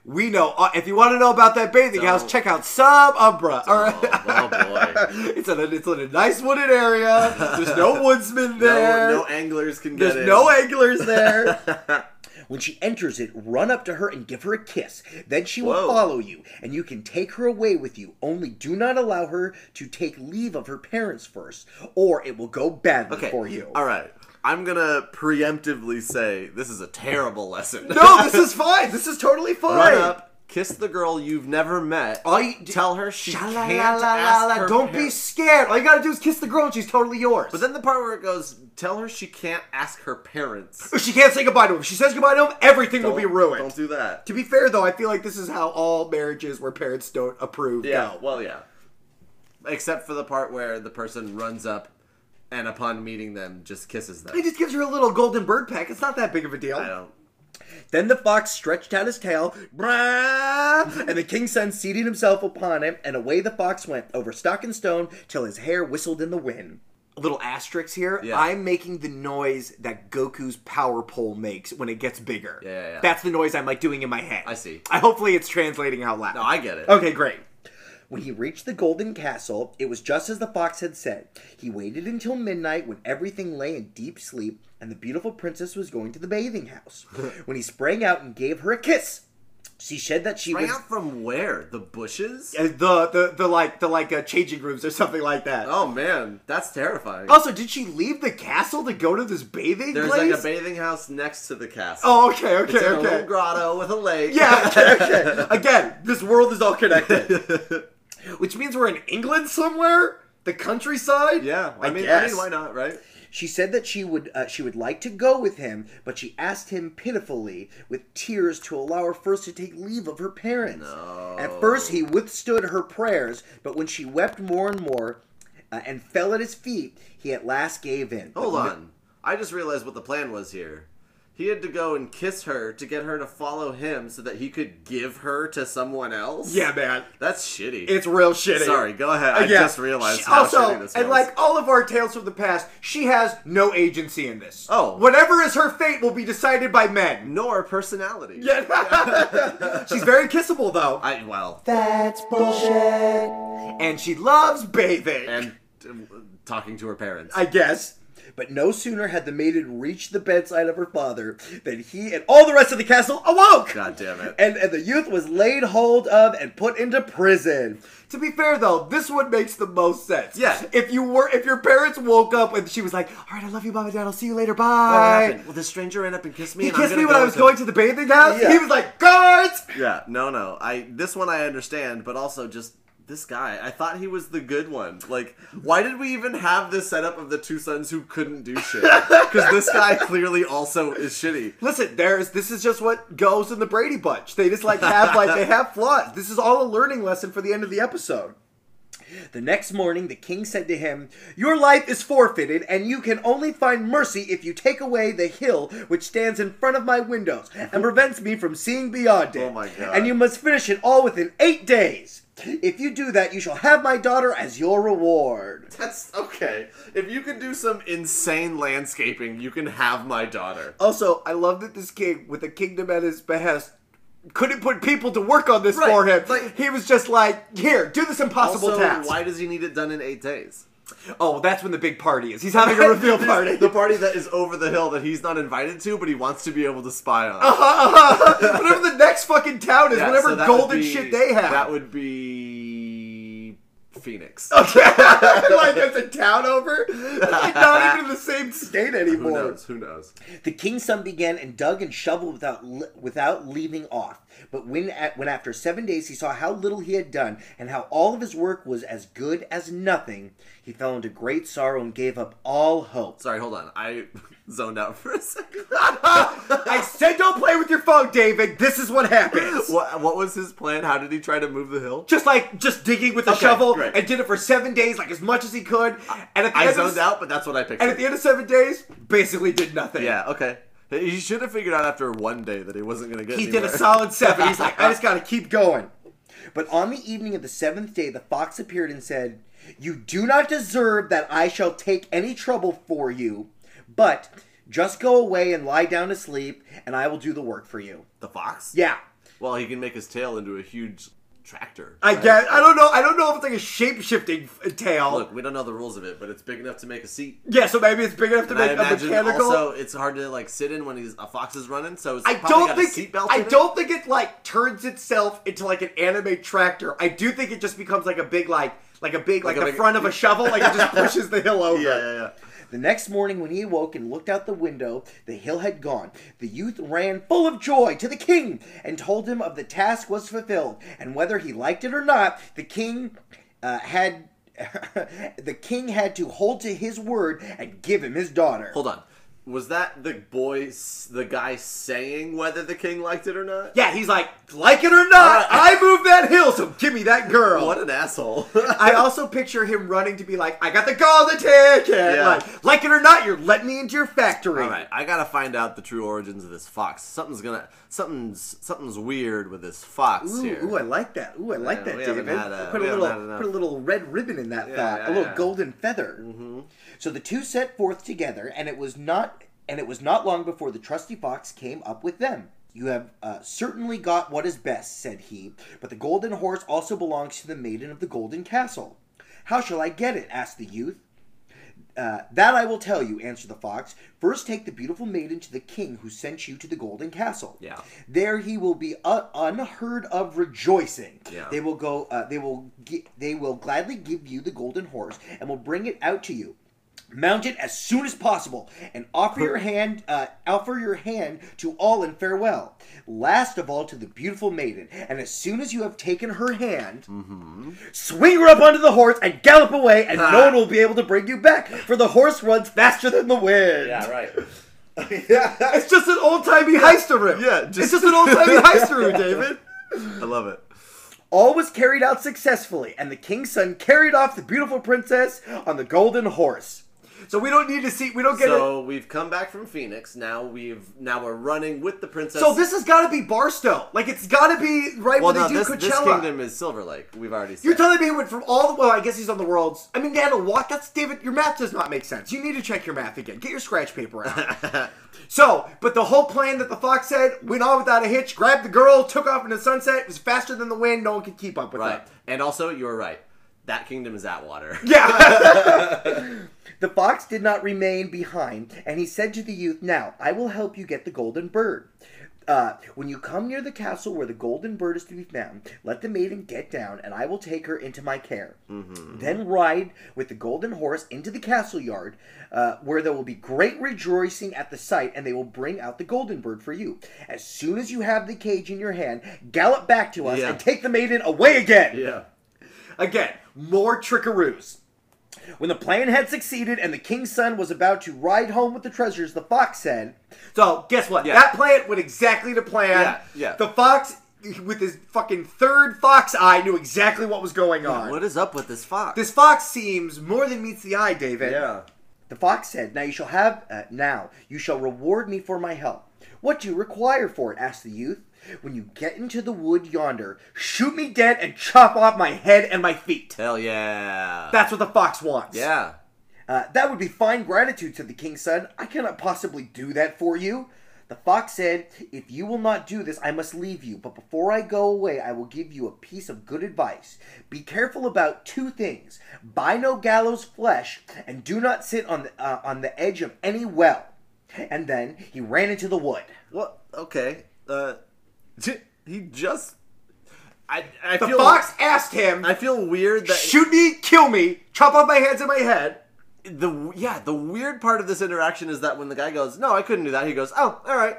Speaker 4: We know. Uh, if you want to know about that bathing house,
Speaker 3: Don't.
Speaker 4: check out Sub Umbra. All right.
Speaker 3: Oh, oh boy.
Speaker 4: It's in, a, it's in a nice wooded area. There's no woodsman there.
Speaker 3: No, no anglers can get
Speaker 4: There's
Speaker 3: in.
Speaker 4: no anglers there.
Speaker 2: When she enters it, run up to her and give her a kiss. Then she will
Speaker 3: Whoa.
Speaker 2: follow you, and you can take her away with you. Only do not allow her to take leave of her parents first, or it will go badly
Speaker 3: okay.
Speaker 2: for you.
Speaker 3: All right. I'm gonna preemptively say this is a terrible lesson.
Speaker 4: no, this is fine. This is totally fine.
Speaker 3: Run up, kiss the girl you've never met.
Speaker 4: All you do-
Speaker 3: tell her she can't ask
Speaker 4: Sha-la-la-la-la-la.
Speaker 3: her
Speaker 4: Don't be
Speaker 3: parents-
Speaker 4: scared. All you gotta do is kiss the girl and she's totally yours.
Speaker 3: But then the part where it goes, tell her she can't ask her parents.
Speaker 4: she can't say goodbye to him. If she says goodbye to him, everything will be
Speaker 3: Don't-
Speaker 4: ruined.
Speaker 3: Don't do that.
Speaker 4: To be fair, though, I feel like this is how all marriages where parents don't approve
Speaker 3: Yeah,
Speaker 4: go.
Speaker 3: well, yeah. Except for the part where the person runs up and upon meeting them just kisses them.
Speaker 4: It just gives her a little golden bird peck. It's not that big of a deal.
Speaker 3: I don't.
Speaker 2: Then the fox stretched out his tail, brah, and the king's son seated himself upon it, and away the fox went, over stock and stone, till his hair whistled in the wind.
Speaker 4: Little asterisk here.
Speaker 3: Yeah.
Speaker 4: I'm making the noise that Goku's power pole makes when it gets bigger.
Speaker 3: Yeah, yeah, yeah.
Speaker 4: That's the noise I'm like doing in my head.
Speaker 3: I see.
Speaker 4: I hopefully it's translating out loud.
Speaker 3: No, I get it.
Speaker 4: Okay, great.
Speaker 2: When he reached the golden castle, it was just as the fox had said. He waited until midnight when everything lay in deep sleep and the beautiful princess was going to the bathing house. when he sprang out and gave her a kiss, she said that she
Speaker 3: Right
Speaker 2: was.
Speaker 3: out from where? The bushes?
Speaker 4: Uh, The the the like the like uh, changing rooms or something like that.
Speaker 3: Oh man, that's terrifying.
Speaker 4: Also, did she leave the castle to go to this bathing
Speaker 3: There's
Speaker 4: place?
Speaker 3: like a bathing house next to the castle.
Speaker 4: oh, okay, okay,
Speaker 3: it's in a
Speaker 4: okay.
Speaker 3: little grotto with a lake.
Speaker 4: yeah, okay, okay. Again, this world is all connected, which means we're in England somewhere, the countryside.
Speaker 3: yeah. I, mean, I
Speaker 4: guess.
Speaker 3: mean, why not, right?
Speaker 2: She said that she would uh, she would like to go with him, but she asked him pitifully, with tears, to allow her first to take leave of her parents. At first, he withstood her prayers, but when she wept more and more, uh, and fell at his feet, he at last gave in.
Speaker 4: Oh,
Speaker 3: Hold on. I just realized what the plan was here. He had to go and kiss her to get her to follow him so that he could give her to someone else.
Speaker 4: yeah, man,
Speaker 3: That's shitty.
Speaker 4: it's real shitty.
Speaker 3: Sorry, go ahead.
Speaker 4: Uh,
Speaker 3: I
Speaker 4: yeah.
Speaker 3: just realized
Speaker 4: She-
Speaker 3: how
Speaker 4: also,
Speaker 3: shitty this was.
Speaker 4: and like all of our tales from the past, she has no agency in this.
Speaker 3: Oh.
Speaker 4: whatever is her fate will be decided by men.
Speaker 3: nor personality.
Speaker 4: Yeah. She's very kissable though,
Speaker 3: I well,
Speaker 1: That's bullshit.
Speaker 4: and she loves bathing.
Speaker 3: and uh, talking to her parents.
Speaker 4: I guess.
Speaker 2: But no sooner had the maiden reached the bedside of her father than he and all the rest of the castle awoke.
Speaker 3: God damn it.
Speaker 2: And, and the youth was laid hold of and put into prison.
Speaker 4: To be fair though, this one makes the most sense.
Speaker 3: Yeah.
Speaker 4: If you were if your parents woke up and she was like, Alright, I love you, Mom and Dad, I'll see you later,
Speaker 3: What
Speaker 4: bye.
Speaker 3: happened? Well, the stranger ran up and kissed me.
Speaker 4: He
Speaker 3: and I'm
Speaker 4: kissed
Speaker 3: gonna
Speaker 4: me when
Speaker 3: go
Speaker 4: I was
Speaker 3: with him.
Speaker 4: going to the bathing house.
Speaker 2: Yeah.
Speaker 4: He was like, Guards!
Speaker 3: Yeah, no, no. I this one I understand, but also just this guy. I thought he was the good one. Like, why did we even have this setup of the two sons who couldn't do shit? Because this guy clearly also is shitty.
Speaker 4: Listen, there's this is just what goes in the Brady Bunch. They just like have like they have flaws. This is all a learning lesson for the end of the episode.
Speaker 2: The next morning, the king said to him, Your life is forfeited, and you can only find mercy if you take away the hill which stands in front of my windows and prevents me from seeing beyond it.
Speaker 3: Oh my God.
Speaker 2: And you must finish it all within eight days. If you do that, you shall have my daughter as your reward.
Speaker 3: That's okay. If you can do some insane landscaping, you can have my daughter.
Speaker 4: Also, I love that this king, with a kingdom at his behest, couldn't put people to work on this
Speaker 3: Right,
Speaker 4: for him.
Speaker 3: like-
Speaker 4: he was just like, here, do this impossible
Speaker 3: Also,
Speaker 4: task.
Speaker 3: why does he need it done in eight days?
Speaker 4: Oh, that's when the big party is. He's having a reveal party.
Speaker 3: the party that is over the hill that he's not invited to, but he wants to be able to spy on.
Speaker 4: whatever the next fucking town is,
Speaker 3: Yeah,
Speaker 4: whatever
Speaker 3: so that would
Speaker 4: golden
Speaker 3: be-
Speaker 4: shit they have.
Speaker 3: That would be Phoenix.
Speaker 4: like that's a town over. It's like not even in the same state
Speaker 3: Who
Speaker 4: anymore.
Speaker 3: knows? Who knows?
Speaker 2: The king's son began and dug and shoveled without li- without leaving off. But when at, when after seven days he saw how little he had done and how all of his work was as good as nothing, He fell into great sorrow and gave up all hope.
Speaker 3: Sorry, hold on. I zoned out for a second.
Speaker 4: I said don't play with your phone, David. This is what happens.
Speaker 3: what, what was his plan? How did he try to move the hill?
Speaker 4: Just like just digging with a
Speaker 3: Okay,
Speaker 4: shovel
Speaker 3: great.
Speaker 4: and did it for seven days, like as much as he could. And at the
Speaker 3: I
Speaker 4: end of,
Speaker 3: zoned out, but that's what I
Speaker 4: And at
Speaker 3: pictured.
Speaker 4: the end of seven days, basically did nothing.
Speaker 3: Yeah, okay. He should have figured out after one day that he wasn't going to get
Speaker 4: He did
Speaker 3: anywhere.
Speaker 4: a solid seven.
Speaker 2: He's like, I just gotta keep going. But on the evening of the seventh day, the fox appeared and said, You do not deserve that I shall take any trouble for you, but just go away and lie down to sleep, and I will do the work for you.
Speaker 3: The fox?
Speaker 2: Yeah.
Speaker 3: Well, he can make his tail into a huge tractor.
Speaker 4: I
Speaker 3: right?
Speaker 4: guess I don't know. I don't know if it's like a shape shifting tail.
Speaker 3: Look, we don't know the rules of it, but it's big enough to make a seat.
Speaker 4: yeah, so maybe it's big enough to
Speaker 3: And I
Speaker 4: make a
Speaker 3: imagine
Speaker 4: mechanical.
Speaker 3: also it's hard to like sit in when he's a fox is running, so it's
Speaker 4: I
Speaker 3: probably
Speaker 4: don't
Speaker 3: got a
Speaker 4: think
Speaker 3: seatbelt.
Speaker 4: I
Speaker 3: in it.
Speaker 4: don't think it like turns itself into like an anime tractor. I do think it just becomes like a big like like a big like,
Speaker 3: a
Speaker 4: the
Speaker 3: big-
Speaker 4: front of a shovel. Like it just pushes the hill over.
Speaker 3: Yeah, yeah, yeah.
Speaker 2: The next morning, when he awoke and looked out the window, the hill had gone. The youth ran full of joy to the king and told him of the task was fulfilled, and whether he liked it or not, the king uh, had the king had to hold to his word and give him his daughter.
Speaker 3: Hold on. Was that the boy, s- the guy saying whether the king liked it or not?
Speaker 4: Yeah, he's like, like it or not, I moved that hill, so give me that girl.
Speaker 3: What an asshole.
Speaker 4: I also picture him running to be like, I got the call to ticket.
Speaker 3: Yeah.
Speaker 4: Like, like it or not, you're letting me into your factory.
Speaker 3: All right, I gotta find out the true origins of this fox. Something's gonna, something's, something's weird with this fox
Speaker 2: Ooh,
Speaker 3: here.
Speaker 2: ooh, I like that. Ooh, I like
Speaker 3: Yeah,
Speaker 2: that,
Speaker 3: we haven't
Speaker 2: David.
Speaker 3: had a-
Speaker 2: put a
Speaker 3: we haven't
Speaker 2: little,
Speaker 3: had enough.
Speaker 2: put a little red ribbon in that
Speaker 3: Yeah,
Speaker 2: thought, a
Speaker 3: yeah,
Speaker 2: little
Speaker 3: yeah. Mm-hmm.
Speaker 2: golden feather. So the two set forth together, and it was not, and it was not long before the trusty fox came up with them. You have uh, certainly got what is best," said he. "But the golden horse also belongs to the maiden of the golden castle. How shall I get it?" asked the youth. Uh, that I will tell you, answered the fox. First, take the beautiful maiden to the king who sent you to the golden castle.
Speaker 3: Yeah.
Speaker 2: There he will be u- unheard of rejoicing.
Speaker 3: Yeah.
Speaker 2: They will go. Uh, they will. Gi- they will gladly give you the golden horse and will bring it out to you. Mount it as soon as possible and offer your hand. Uh, offer your hand to all in farewell. Last of all to the beautiful maiden. And as soon as you have taken her hand, swing her up onto the horse and gallop away, and no one will be able to bring you back. For the horse runs faster than the wind.
Speaker 3: right.
Speaker 4: It's just an old timey heister room.
Speaker 3: Yeah,
Speaker 4: it's
Speaker 3: just-
Speaker 4: just an old timey heister room, David.
Speaker 3: I love it.
Speaker 2: All was carried out successfully, and the king's son carried off the beautiful princess on the golden horse.
Speaker 4: So we don't need to see. We don't get it.
Speaker 3: So we've come back from Phoenix. Now we've, now we're running with the princess.
Speaker 4: So this has got to be Barstow. Like it's got to be right
Speaker 3: well,
Speaker 4: when
Speaker 3: no,
Speaker 4: they do
Speaker 3: this, this
Speaker 4: Coachella.
Speaker 3: kingdom is Silver Lake. We've already. Said.
Speaker 4: You're telling me he went from all the well, I guess he's on the world's. I mean, they had to walk. That's David. Your math does not make sense. You need to check your math again. Get your scratch paper out. so, but the whole plan that the fox said went on without a hitch. Grabbed the girl, took off into the sunset. It was faster than the wind. No one could keep up with
Speaker 3: right,
Speaker 4: it.
Speaker 3: and also you're right. That kingdom is Atwater.
Speaker 4: Yeah.
Speaker 2: The fox did not remain behind, and he said to the youth, Now, I will help you get the golden bird. Uh, when you come near the castle where the golden bird is to be found, let the maiden get down, and I will take her into my care. Then ride with the golden horse into the castle yard, uh, where there will be great rejoicing at the sight, and they will bring out the golden bird for you. As soon as you have the cage in your hand, gallop back to us
Speaker 3: Yeah.
Speaker 2: and take the maiden away again.
Speaker 3: yeah.
Speaker 4: again, more trickaroos.
Speaker 2: When the plan had succeeded and the king's son was about to ride home with the treasures, the fox said,
Speaker 4: So guess what?
Speaker 3: Yeah.
Speaker 4: That plan went exactly to plan.
Speaker 3: Yeah, yeah.
Speaker 4: The fox, with his fucking third fox eye, knew exactly what was going on.
Speaker 3: What is up with this fox?
Speaker 4: This fox seems more than meets the eye, David.
Speaker 3: Yeah.
Speaker 2: The fox said, Now you shall have, uh, now you shall reward me for my help. What do you require for it? asked the youth. When you get into the wood yonder, shoot me dead and chop off my head and my feet.
Speaker 3: Hell yeah.
Speaker 4: That's what the fox wants.
Speaker 3: yeah.
Speaker 2: Uh, that would be fine gratitude, said the king's son. I cannot possibly do that for you. The fox said, If you will not do this, I must leave you. But before I go away, I will give you a piece of good advice. Be careful about two things buy no gallows flesh, and do not sit on the, uh, on the edge of any well. And then he ran into the wood.
Speaker 3: Well, okay. Uh, j- he just. I I
Speaker 4: The
Speaker 3: feel
Speaker 4: fox asked him,
Speaker 3: I feel weird that
Speaker 4: shoot me, kill me, chop off my hands and my head.
Speaker 3: the yeah the weird part of this interaction is that when the guy goes no I couldn't do that he goes oh all right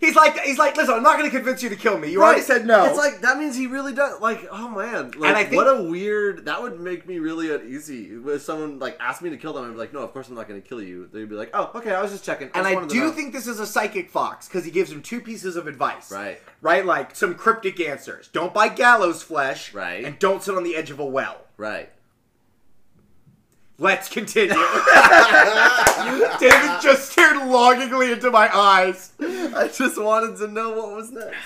Speaker 4: He He's like, he's like, listen, I'm not going to convince you to kill me. You already said no.
Speaker 3: It's like that means he really does. Like, oh man, like
Speaker 4: I think-
Speaker 3: what a weird. That would make me really uneasy if someone like asked me to kill them. I'd be like, no, of course I'm not going to kill you. They'd be like, oh, okay, I was just checking.
Speaker 4: and
Speaker 3: just
Speaker 4: I
Speaker 3: wanted to
Speaker 4: do
Speaker 3: know.
Speaker 4: think this is a psychic fox because he gives him two pieces of advice.
Speaker 3: Right.
Speaker 4: Right? Like some cryptic answers. Don't buy gallows flesh.
Speaker 3: Right.
Speaker 4: And don't sit on the edge of a well.
Speaker 3: right.
Speaker 4: Let's continue. David just stared longingly into my eyes.
Speaker 3: I just wanted to know what was next.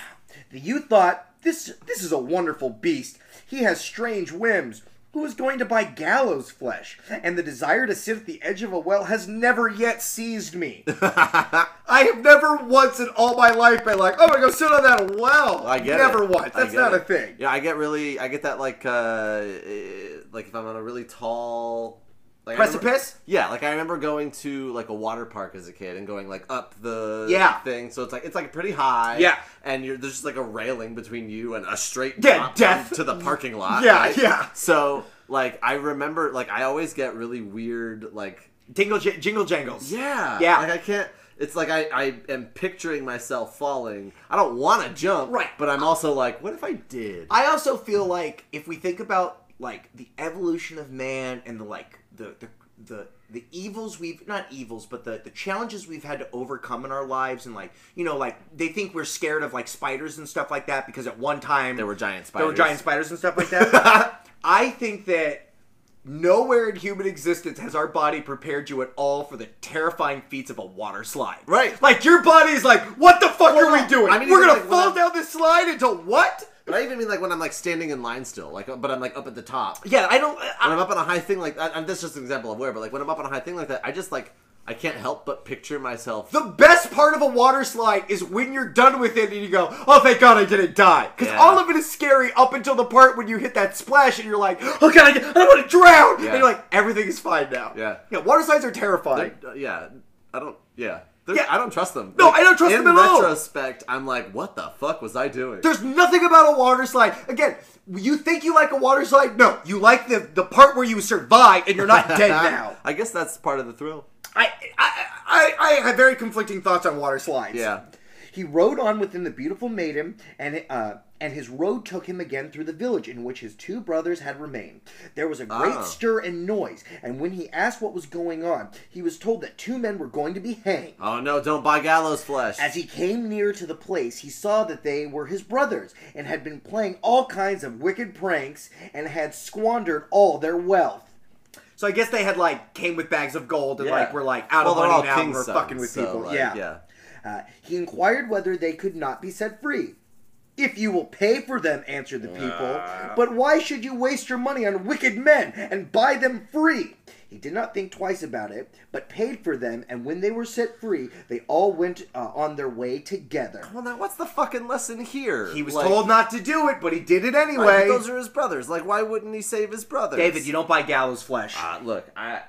Speaker 2: The youth thought, this, this is a wonderful beast. He has strange whims. Who is going to buy gallows flesh? And the desire to sit at the edge of a well has never yet seized me.
Speaker 4: I have never once in all my life been like, oh, I'm going to go sit on that well.
Speaker 3: I get
Speaker 4: Never
Speaker 3: it.
Speaker 4: once.
Speaker 3: I
Speaker 4: That's
Speaker 3: get
Speaker 4: not
Speaker 3: it.
Speaker 4: a thing.
Speaker 3: Yeah, I get really, I get that like, uh, eh, like if I'm on a really tall, like I remember-
Speaker 4: Precipice?
Speaker 3: yeah, like I remember going to like a water park as a kid and going like up the
Speaker 4: Yeah.
Speaker 3: thing. So it's like it's like pretty high.
Speaker 4: Yeah.
Speaker 3: and you're there's just like a railing between you and a straight
Speaker 4: Yeah,
Speaker 3: drop
Speaker 4: death.
Speaker 3: to the parking lot.
Speaker 4: Yeah,
Speaker 3: right?
Speaker 4: yeah.
Speaker 3: So like I remember, like I always get really weird, like
Speaker 4: Dingle, j- jingle jangles.
Speaker 3: yeah.
Speaker 4: Yeah.
Speaker 3: Like I can't. It's like I, I am picturing myself falling. I don't want to jump.
Speaker 4: Right.
Speaker 3: But I'm also like, what if I did?
Speaker 4: I also feel like if we think about like the evolution of man and the like the the the, the evils we've not evils but the, the challenges we've had to overcome in our lives and like you know like they think we're scared of like spiders and stuff like that because at one time
Speaker 3: There were giant
Speaker 4: there were
Speaker 3: spiders.
Speaker 4: giant spiders and stuff like that i think that nowhere in human existence has our body prepared you at all for the terrifying feats of a water slide
Speaker 3: Right.
Speaker 4: like your body's like what the fuck are
Speaker 3: no,
Speaker 4: we doing
Speaker 3: I mean,
Speaker 4: we're
Speaker 3: even,
Speaker 4: gonna
Speaker 3: like, when
Speaker 4: fall
Speaker 3: I'm-
Speaker 4: down this slide into what
Speaker 3: But I even mean like when I'm like standing in line still, like but I'm like up at the top.
Speaker 4: yeah i don't
Speaker 3: When I'm up on a high thing like that, and this is just an example of where, but like when I'm up on a high thing like that, I just like I can't help but picture myself.
Speaker 4: The best part of a water slide is when you're done with it and you go, oh, thank God I didn't die. Because
Speaker 3: Yeah.
Speaker 4: all of it is scary up until the part when you hit that splash and you're like, oh, God, I, I don't want to drown.
Speaker 3: Yeah.
Speaker 4: And you're like, everything is fine now.
Speaker 3: Yeah.
Speaker 4: Yeah, water slides are terrifying.
Speaker 3: Uh, yeah, I don't. Yeah, They're-
Speaker 4: Yeah.
Speaker 3: I don't trust them.
Speaker 4: No, I don't trust
Speaker 3: in
Speaker 4: them at all.
Speaker 3: retrospect, I'm like, what the fuck was I doing?
Speaker 4: There's nothing about a water slide. Again, you think you like a water slide? No, you like the, the part where you survive and you're not dead now.
Speaker 3: I guess that's part of the thrill.
Speaker 4: I, I, I, I have very conflicting thoughts on water slides.
Speaker 3: Yeah.
Speaker 2: He rode on within the beautiful maiden, and uh, and his road took him again through the village in which his two brothers had remained. There was a great
Speaker 3: Ah.
Speaker 2: stir and noise, and when he asked what was going on, he was told that two men were going to be hanged.
Speaker 3: Oh no! Don't buy gallows flesh.
Speaker 2: As he came near to the place, he saw that they were his brothers and had been playing all kinds of wicked pranks and had squandered all their wealth.
Speaker 4: So I guess they had like came with bags of gold and
Speaker 3: Yeah.
Speaker 4: like we're like out
Speaker 3: Well, they're
Speaker 4: of
Speaker 3: all
Speaker 4: money now. and
Speaker 3: king
Speaker 4: We're
Speaker 3: sons,
Speaker 4: fucking with
Speaker 3: so,
Speaker 4: people.
Speaker 3: like,
Speaker 4: yeah.
Speaker 2: yeah. Uh, he inquired whether they could not be set free. If you will pay for them, answered the people. But why should you waste your money on wicked men and buy them free? He did not think twice about it, but paid for them, and when they were set free, they all went uh, on their way together.
Speaker 3: Well, now what's the fucking lesson here?
Speaker 4: He was
Speaker 3: Like,
Speaker 4: told not to do it, but he did it anyway.
Speaker 3: like, those are his brothers. Like, why wouldn't he save his brothers?
Speaker 4: David, you don't buy gallows flesh.
Speaker 3: Uh, look, I.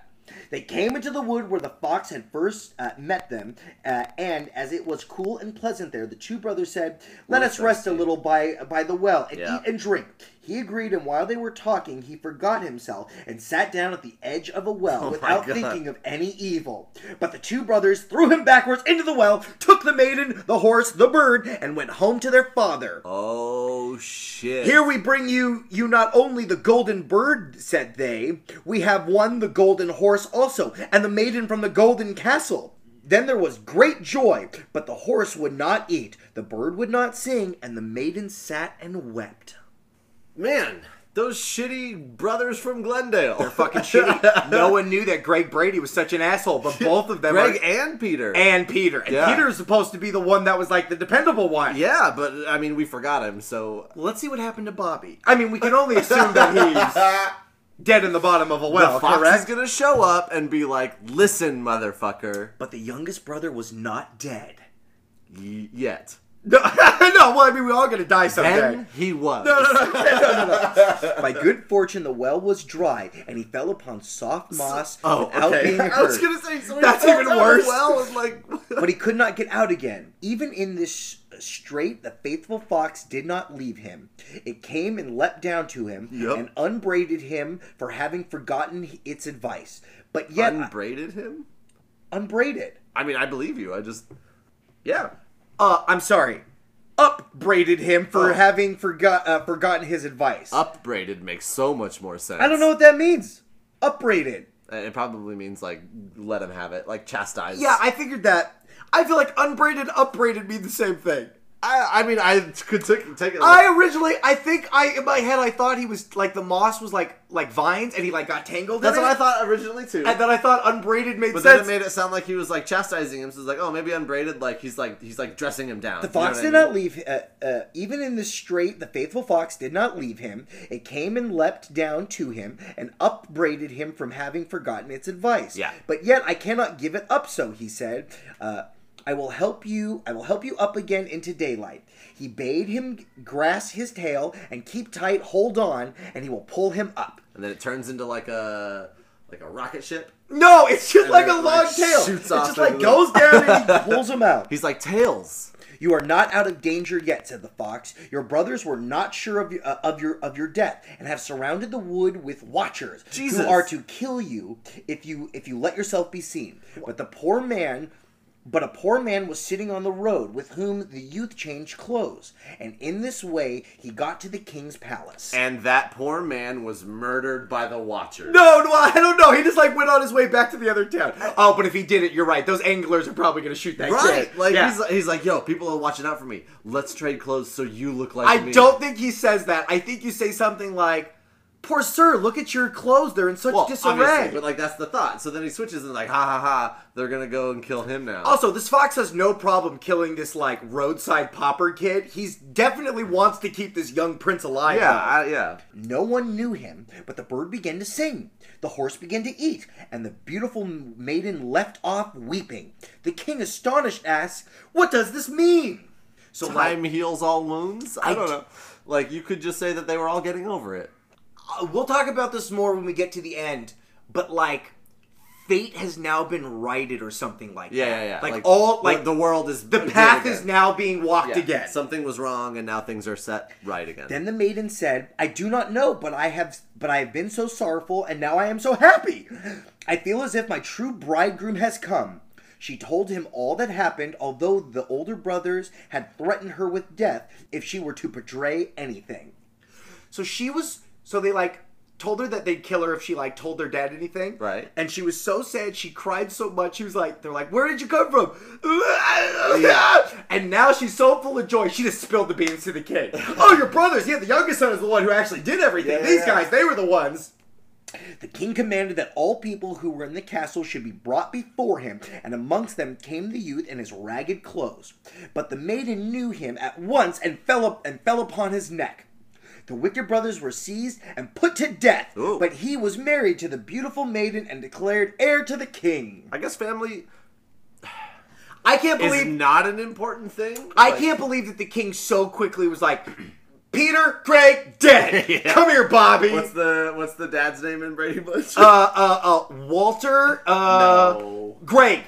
Speaker 2: They came into the wood where the fox had first uh, met them, uh, and as it was cool and pleasant there, the two brothers said, "Let
Speaker 3: We're
Speaker 2: us rest a
Speaker 3: thirsty."
Speaker 2: little by by the well and
Speaker 3: Yeah.
Speaker 2: eat and drink." He agreed, and while they were talking, he forgot himself and sat down at the edge of a well without
Speaker 3: Oh God.
Speaker 2: thinking of any evil. But the two brothers threw him backwards into the well, took the maiden, the horse, the bird, and went home to their father.
Speaker 3: Oh shit!
Speaker 2: Here we bring you you not only the golden bird, said they, we have one the golden horse also, and the maiden from the golden castle. Then there was great joy, but the horse would not eat, the bird would not sing, and the maiden sat and wept.
Speaker 3: man, those shitty brothers from Glendale. They're
Speaker 4: Fucking shitty. no one knew that Greg Brady was such an asshole, but both of them
Speaker 3: Greg
Speaker 4: are.
Speaker 3: and Peter.
Speaker 4: And Peter. And
Speaker 3: Yeah.
Speaker 4: Peter is supposed to be the one that was like the dependable one.
Speaker 3: yeah, but I mean, we forgot him. So
Speaker 2: Well, let's see what happened to Bobby.
Speaker 4: I mean, we can only assume that he's dead in the bottom of a well,
Speaker 3: the Fox
Speaker 4: correct?
Speaker 3: is gonna show up and be like, "Listen, motherfucker,
Speaker 2: But the youngest brother was not dead.
Speaker 3: y- yet."
Speaker 4: No, no, well, I mean, we're all going to die someday.
Speaker 3: And he was.
Speaker 2: By good fortune, the well was dry, and he fell upon soft moss
Speaker 3: Oh,
Speaker 2: without
Speaker 3: okay.
Speaker 2: being hurt.
Speaker 3: I was gonna say so
Speaker 4: That's
Speaker 3: he fell
Speaker 4: even
Speaker 3: down the
Speaker 4: worse.
Speaker 3: Well, and like,
Speaker 2: but he could not get out again. Even in this strait, the faithful fox did not leave him. It came and leapt down to him
Speaker 3: Yep.
Speaker 2: and unbraided him for having forgotten its advice. But yet, uh,
Speaker 3: unbraided him.
Speaker 2: unbraided.
Speaker 3: I mean, I believe you. I just, yeah.
Speaker 2: uh, I'm sorry, upbraided him for having forgot uh, forgotten his advice.
Speaker 3: Upbraided makes so much more sense.
Speaker 2: I don't know what that means. Upbraided.
Speaker 3: It probably means like let him have it, like chastise.
Speaker 4: Yeah, I figured that. I feel like unbraided, upbraided mean the same thing.
Speaker 3: I, I mean, I could take take it.
Speaker 4: I originally, I think I in my head, I thought he was like the moss was like like vines, and he like got tangled.
Speaker 3: That's
Speaker 4: in
Speaker 3: what I
Speaker 4: it.
Speaker 3: thought originally too.
Speaker 4: And then I thought unbraided made
Speaker 3: But then
Speaker 4: sense.
Speaker 3: it made it sound like he was like chastising him. So it's like, oh, maybe unbraided. Like he's like he's like dressing him down.
Speaker 2: The fox did not leave. Uh, uh, even in the strait, the faithful fox did not leave him. It came and leapt down to him and upbraided him from having forgotten its advice.
Speaker 3: Yeah.
Speaker 2: But yet I cannot give it up. So he said, uh, "I will help you. I will help you up again into daylight." He bade him grasp his tail and keep tight, hold on, and he will pull him up.
Speaker 3: And then it turns into like a like a rocket ship.
Speaker 4: no, it's just
Speaker 3: And
Speaker 4: like
Speaker 3: it,
Speaker 4: a long
Speaker 3: like,
Speaker 4: tail.
Speaker 3: shoots
Speaker 4: it's
Speaker 3: off
Speaker 4: just like
Speaker 3: into
Speaker 4: goes.
Speaker 2: Goes down and he pulls him out.
Speaker 3: He's like tails.
Speaker 2: You are not out of danger yet," said the fox. "Your brothers were not sure of, uh, of your of your death, and have surrounded the wood with watchers
Speaker 3: Jesus.
Speaker 2: who are to kill you if you if you let yourself be seen." But the poor man, but a poor man was sitting on the road with whom the youth changed clothes, and in this way he got to the king's palace.
Speaker 3: And that poor man was murdered by the Watcher.
Speaker 4: No, no, I don't know. He just like went on his way back to the other town. Oh, but if he did it, you're right. Those anglers are probably gonna shoot that
Speaker 3: Right,
Speaker 4: shit.
Speaker 3: like
Speaker 4: Yeah.
Speaker 3: he's, he's like, yo, people are watching out for me. Let's trade clothes so you look like
Speaker 4: I
Speaker 3: me.
Speaker 4: don't think he says that. I think you say something like, "Poor sir, look at your clothes. They're in such
Speaker 3: well,
Speaker 4: disarray."
Speaker 3: obviously, but like that's the thought. So then he switches and like, ha ha ha, they're gonna go and kill him now.
Speaker 4: Also, this fox has no problem killing this like roadside pauper kid. He's definitely wants to keep this young prince alive.
Speaker 3: yeah, I, yeah.
Speaker 2: No one knew him, but the bird began to sing, the horse began to eat, and the beautiful maiden left off weeping. The king, astonished, asks, "What does this mean?" So like,
Speaker 3: Time heals all wounds. I, don't know. Like you could just say that they were all getting over it.
Speaker 4: Uh, We'll talk about this more when we get to the end, but like fate has now been righted or something like
Speaker 3: Yeah,
Speaker 4: that.
Speaker 3: yeah, yeah.
Speaker 4: Like, all
Speaker 3: the-
Speaker 4: like
Speaker 3: the
Speaker 4: the,
Speaker 3: world is
Speaker 4: the
Speaker 3: good
Speaker 4: path
Speaker 3: again.
Speaker 4: is now being walked
Speaker 3: Yeah.
Speaker 4: again.
Speaker 3: Something was wrong, and now things are set right again.
Speaker 2: Then the maiden said, "I do not know, but I have but I have been so sorrowful and now I am so happy. I feel as if my true bridegroom has come." She told him all that happened, although the older brothers had threatened her with death if she were to betray anything.
Speaker 4: So she was. So they like told her that they'd kill her if she like told their dad anything.
Speaker 3: Right.
Speaker 4: And she was so sad. She cried so much. She was like, they're like, where did you come from? And now she's so full of joy. She just spilled the beans to the king. oh, your brothers. Yeah, the youngest son is the one who actually did everything.
Speaker 3: Yeah, yeah,
Speaker 4: These
Speaker 3: yeah.
Speaker 4: guys, they were the ones.
Speaker 2: The king commanded that all people who were in the castle should be brought before him, and amongst them came the youth in his ragged clothes. But the maiden knew him at once and fell up and fell upon his neck. The wicked brothers were seized and put to death,
Speaker 3: Ooh.
Speaker 2: but he was married to the beautiful maiden and declared heir to the king.
Speaker 3: I guess family
Speaker 4: I can't
Speaker 3: is
Speaker 4: believe.
Speaker 3: not an important thing.
Speaker 4: I
Speaker 3: Like,
Speaker 4: can't believe that the king so quickly was like, Peter, Craig, dead.
Speaker 3: Yeah.
Speaker 4: Come here, Bobby.
Speaker 3: What's the what's the dad's name in Brady Bunch?
Speaker 4: uh, uh, uh, Walter, uh,
Speaker 3: No.
Speaker 4: Greg,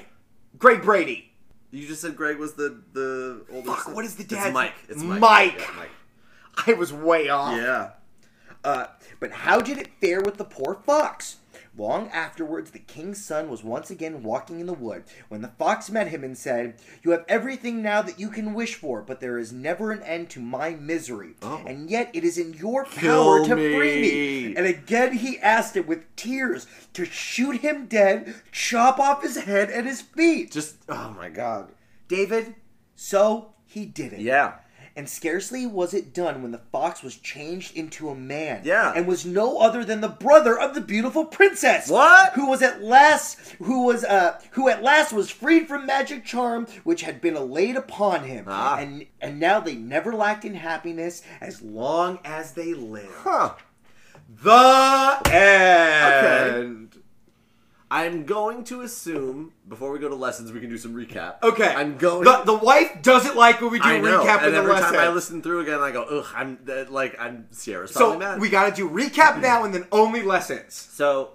Speaker 4: Greg Brady.
Speaker 3: you just said Greg was the the older.
Speaker 4: Fuck,
Speaker 3: son.
Speaker 4: what is the
Speaker 3: It's
Speaker 4: dad's-
Speaker 3: Mike. It's Mike.
Speaker 4: Mike.
Speaker 3: Yeah, Mike.
Speaker 4: I was way off.
Speaker 3: Yeah.
Speaker 2: Uh, but how did it fare with the poor fox? Long afterwards, the king's son was once again walking in the wood when the fox met him and said, You have everything now that you can wish for, but there is never an end to my misery. And yet it is in your power
Speaker 3: Oh. Kill
Speaker 2: to
Speaker 3: me."
Speaker 2: free me. And again he asked it with tears to shoot him dead, chop off his head and his feet.
Speaker 3: Just oh my god.
Speaker 2: David, so he did it.
Speaker 3: Yeah.
Speaker 2: And scarcely was it done when the fox was changed into a man.
Speaker 3: Yeah.
Speaker 2: And was no other than the brother of the beautiful princess.
Speaker 3: What?
Speaker 2: Who was at last who was uh who at last was freed from magic charm which had been laid upon him.
Speaker 3: Ah.
Speaker 2: And and now they never lacked in happiness as long as they lived.
Speaker 3: Huh.
Speaker 4: The end.
Speaker 3: I'm going to assume before we go to lessons, we can do some recap.
Speaker 4: Okay.
Speaker 3: I'm going.
Speaker 4: The, the wife doesn't like when we do
Speaker 3: I know.
Speaker 4: recap
Speaker 3: and
Speaker 4: and the
Speaker 3: every
Speaker 4: lesson.
Speaker 3: time I listen through again, I go, ugh. I'm uh, like, I'm Sierra's probably
Speaker 4: so
Speaker 3: mad.
Speaker 4: we gotta do recap now and then only lessons.
Speaker 3: So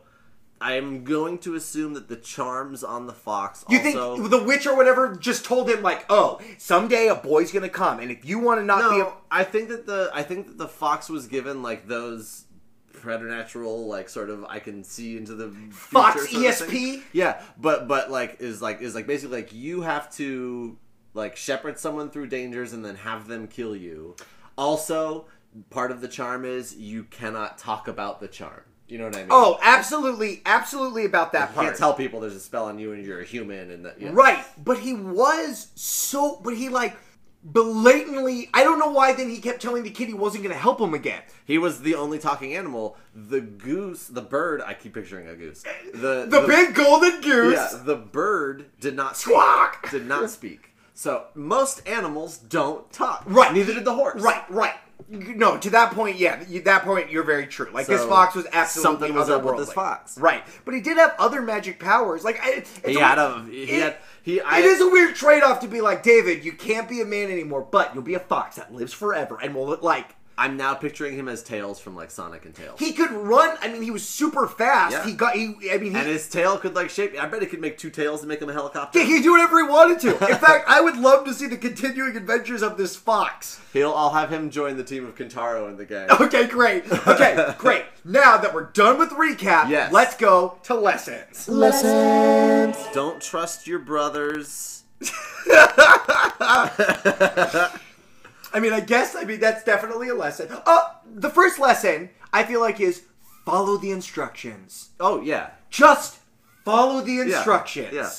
Speaker 3: I'm going to assume that the charms on the fox
Speaker 4: You
Speaker 3: also
Speaker 4: think the witch or whatever just told him like, oh, someday a boy's gonna come, and if you want to not be,
Speaker 3: No,
Speaker 4: a-
Speaker 3: Uh, I think that the I think that the fox was given like those preternatural like sort of I can see into the future
Speaker 4: Fox
Speaker 2: E
Speaker 3: sort of thing.
Speaker 4: ESP?
Speaker 3: Yeah, but but like is like is like basically like you have to like shepherd someone through dangers and then have them kill you. Also, part of the charm is you cannot talk about the charm. You know what I mean?
Speaker 2: Oh, absolutely, absolutely about that
Speaker 3: you
Speaker 2: part.
Speaker 3: can't tell people there's a spell on you and you're a human and that. Yeah.
Speaker 2: Right, but he was so, but he like blatantly. I don't know why. Then he kept telling the kid he wasn't going to help him again.
Speaker 3: He was the only talking animal. The goose, the bird. I keep picturing a goose. The
Speaker 2: The, big golden goose.
Speaker 3: Yeah, the bird did not speak.
Speaker 2: Squawk!
Speaker 3: Did not speak. So most animals don't talk.
Speaker 2: Right.
Speaker 3: Neither did the horse.
Speaker 2: Right, right. No, to that point, yeah, you, that point, you're very true. Like this
Speaker 3: So,
Speaker 2: fox was absolutely
Speaker 3: something was up with
Speaker 2: otherworldly.
Speaker 3: this fox.
Speaker 2: right? But he did have other magic powers. Like I, it's
Speaker 3: He
Speaker 2: a-
Speaker 3: had a. He
Speaker 2: it-
Speaker 3: had. He. I,
Speaker 2: It is a weird trade-off to be like David. You can't be a man anymore, but you'll be a fox that lives forever and will like.
Speaker 3: I'm now picturing him as tails from like Sonic and Tails.
Speaker 2: He could run. I mean, he was super fast.
Speaker 3: Yeah.
Speaker 2: He got. He. I mean, he,
Speaker 3: and his tail could like shape. I bet he could make two tails and make him a helicopter.
Speaker 2: yeah, he could do whatever he wanted to. In fact, I would love to see the continuing adventures of this fox.
Speaker 3: He'll. I'll have him join the team of Kintaro in the game.
Speaker 2: Okay, great. Okay, great. Now that we're done with recap,
Speaker 3: Yes.
Speaker 2: let's go to lessons.
Speaker 3: Don't trust your brothers.
Speaker 2: I mean, I guess I mean that's definitely a lesson. Uh, the first lesson I feel like is follow the instructions.
Speaker 3: Oh yeah.
Speaker 2: Just follow the instructions.
Speaker 3: yeah.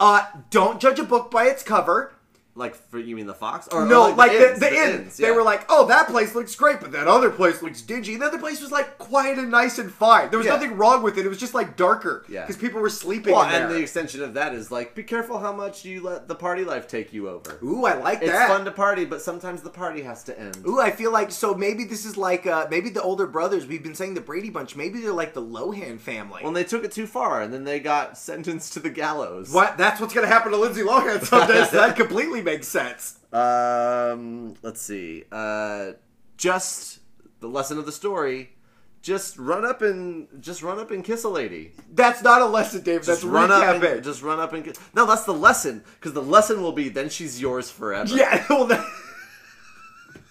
Speaker 2: Uh, don't judge a book by its cover.
Speaker 3: Like for you mean the fox? Or
Speaker 2: No,
Speaker 3: or,
Speaker 2: like,
Speaker 3: inns,
Speaker 2: the, the, inns. They
Speaker 3: yeah.
Speaker 2: were like, oh, that place looks great, but that other place looks dingy. The other place was like quiet and nice and fine. There was
Speaker 3: Yeah.
Speaker 2: nothing wrong with it. It was just like darker.
Speaker 3: Yeah.
Speaker 2: Because people were sleeping
Speaker 3: Well,
Speaker 2: in there.
Speaker 3: and the extension of that is like, be careful how much you let the party life take you over.
Speaker 2: Ooh, I like
Speaker 3: It's
Speaker 2: that.
Speaker 3: fun to party, but sometimes the party has to end.
Speaker 2: Ooh, I feel like so maybe this is like uh maybe the older brothers we've been saying the Brady Bunch maybe they're like the Lohan family.
Speaker 3: Well, they took it too far, and then they got sentenced to the gallows.
Speaker 2: what? That's what's gonna happen to Lindsay Lohan someday. so that completely makes sense.
Speaker 3: Um, let's see. Uh, just the lesson of the story. Just run up and just run up and kiss a lady.
Speaker 2: That's not a lesson, Dave. That's
Speaker 3: Just run up
Speaker 2: recapping.
Speaker 3: and just run up and kiss. No, that's the lesson because the lesson will be then she's yours forever.
Speaker 2: yeah. Well, that,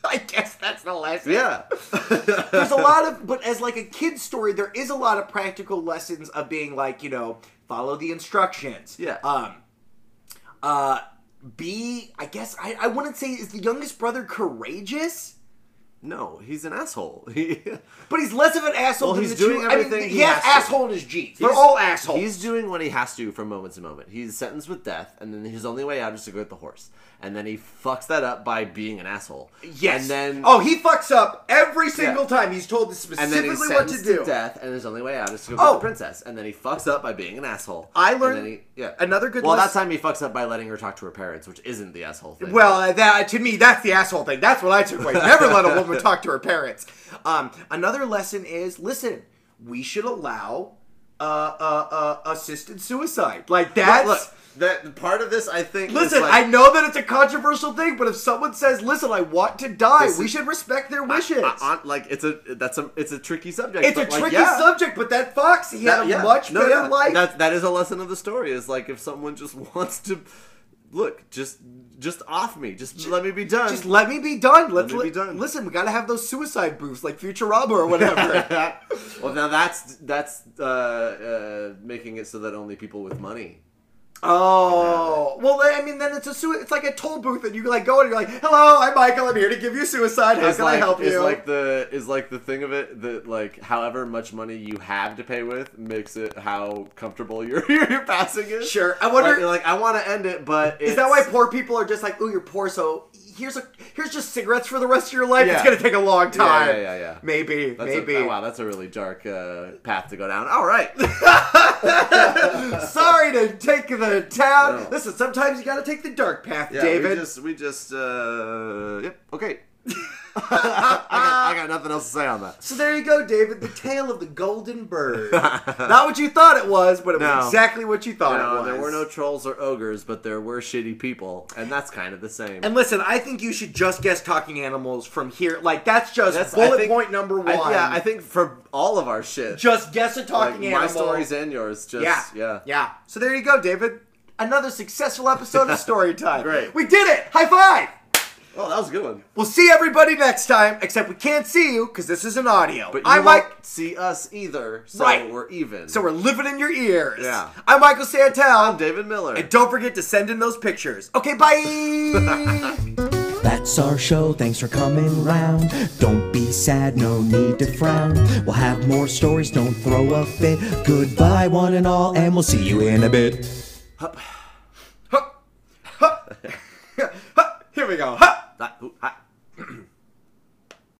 Speaker 2: I guess that's the lesson.
Speaker 3: Yeah.
Speaker 2: There's a lot of, but as like a kid's story, there is a lot of practical lessons of being like you know follow the instructions.
Speaker 3: Yeah.
Speaker 2: Um. Uh. Be I guess I I wouldn't say is the youngest brother courageous.
Speaker 3: no, he's an asshole. He-
Speaker 2: But he's less of an asshole
Speaker 3: Well,
Speaker 2: than
Speaker 3: he's
Speaker 2: the
Speaker 3: doing
Speaker 2: two. I mean,
Speaker 3: everything
Speaker 2: he,
Speaker 3: he
Speaker 2: has
Speaker 3: has to.
Speaker 2: asshole in his jeans. They're
Speaker 3: He's-
Speaker 2: all assholes.
Speaker 3: He's doing what he has to from moment to moment. He's sentenced with death, and then his only way out is to go with the horse. And then he fucks that up by being an asshole.
Speaker 2: yes.
Speaker 3: And then
Speaker 2: oh, he fucks up every single time. He's told
Speaker 3: and then
Speaker 2: specifically
Speaker 3: he's
Speaker 2: what
Speaker 3: sentenced
Speaker 2: to
Speaker 3: to,
Speaker 2: do.
Speaker 3: death, and his only way out is to go
Speaker 2: Oh.
Speaker 3: get the princess. And then he fucks up by being an asshole.
Speaker 2: I
Speaker 3: And
Speaker 2: learned
Speaker 3: then he- yeah.
Speaker 2: another good
Speaker 3: Well, that
Speaker 2: lesson-
Speaker 3: time he fucks up by letting her talk to her parents, which isn't the asshole thing.
Speaker 2: Well, uh, that to me, that's the asshole thing. That's what I took away. Never let a woman talk to her parents. Um, another lesson is listen. We should allow uh, uh, uh, assisted suicide. Like
Speaker 3: But
Speaker 2: that's.
Speaker 3: look, that part of this I think. is
Speaker 2: Listen,
Speaker 3: like-
Speaker 2: I know that it's a controversial thing, but if someone says, "Listen, I want to die,"
Speaker 3: This
Speaker 2: we
Speaker 3: is-
Speaker 2: should respect their wishes.
Speaker 3: I- I- like it's a that's a it's a tricky subject.
Speaker 2: It's a
Speaker 3: but, like,
Speaker 2: tricky
Speaker 3: yeah.
Speaker 2: subject, but that fox, he had
Speaker 3: That-
Speaker 2: a
Speaker 3: yeah.
Speaker 2: much
Speaker 3: No,
Speaker 2: better
Speaker 3: yeah.
Speaker 2: life.
Speaker 3: That, that is a lesson of the story. Is like if someone just wants to look, just just off me, just, let me be done.
Speaker 2: Just let me be done. Let's
Speaker 3: me
Speaker 2: let
Speaker 3: be done.
Speaker 2: Listen, we gotta have those suicide booths like Futurama or whatever.
Speaker 3: well, now that's that's uh, uh, making it so that only people with money.
Speaker 2: oh, well, I mean, then it's a sui- it's like a toll booth, and you like go and you're like, "Hello, I'm Michael. I'm here to give you suicide. How
Speaker 3: Is
Speaker 2: can
Speaker 3: like,
Speaker 2: I help
Speaker 3: is
Speaker 2: you?"
Speaker 3: like the is like the thing of it that like however much money you have to pay with makes it how comfortable your your passing is.
Speaker 2: Sure. I wonder-
Speaker 3: Like, you're like I want to end it, but
Speaker 2: Is that why poor people are just like, "Ooh, you're poor, so here's a here's just cigarettes for the rest of your life. It's
Speaker 3: Yeah.
Speaker 2: gonna take a long
Speaker 3: Yeah,
Speaker 2: time."
Speaker 3: yeah, yeah, yeah.
Speaker 2: Maybe,
Speaker 3: That's
Speaker 2: maybe.
Speaker 3: A, oh, wow, that's a really dark uh, path to go down. All right.
Speaker 2: Sorry to take the town.
Speaker 3: No.
Speaker 2: Listen, sometimes you gotta take the dark path,
Speaker 3: Yeah,
Speaker 2: David.
Speaker 3: We just, we just, uh, yep, okay. I, got, I got nothing else to say on that.
Speaker 2: So there you go, David. The tale of the golden bird. Not what you thought it was, but it was
Speaker 3: No.
Speaker 2: exactly what you thought it
Speaker 3: No,
Speaker 2: was.
Speaker 3: there were no trolls or ogres, but there were shitty people, and that's kind of the same.
Speaker 2: And listen, I think you should just guess talking animals from here. Like that's just
Speaker 3: That's- I
Speaker 2: bullet
Speaker 3: think-
Speaker 2: point number one.
Speaker 3: I, yeah, I think for all of our shit,
Speaker 2: just guess a
Speaker 3: like,
Speaker 2: talking animal.
Speaker 3: my stories and yours, just
Speaker 2: yeah,
Speaker 3: yeah, yeah.
Speaker 2: yeah. So there you go, David. Another successful episode of Story Time.
Speaker 3: Great.
Speaker 2: we did it. High five.
Speaker 3: Oh, that was a good one.
Speaker 2: We'll see everybody next time, except we can't see you because this is an audio.
Speaker 3: But you
Speaker 2: I'm
Speaker 3: won't
Speaker 2: Mike,
Speaker 3: see us either, so
Speaker 2: Right.
Speaker 3: we're even.
Speaker 2: so we're living in your ears.
Speaker 3: Yeah.
Speaker 2: I'm Michael Santel.
Speaker 3: I'm David Miller.
Speaker 2: And don't forget to send in those pictures. Okay, bye.
Speaker 1: That's our show, thanks for coming round. Don't be sad, no need to frown. We'll have more stories, don't throw a fit. Goodbye, one and all, and we'll see you in a bit.
Speaker 2: Here we go. Ha!
Speaker 3: Ah, ooh, ah.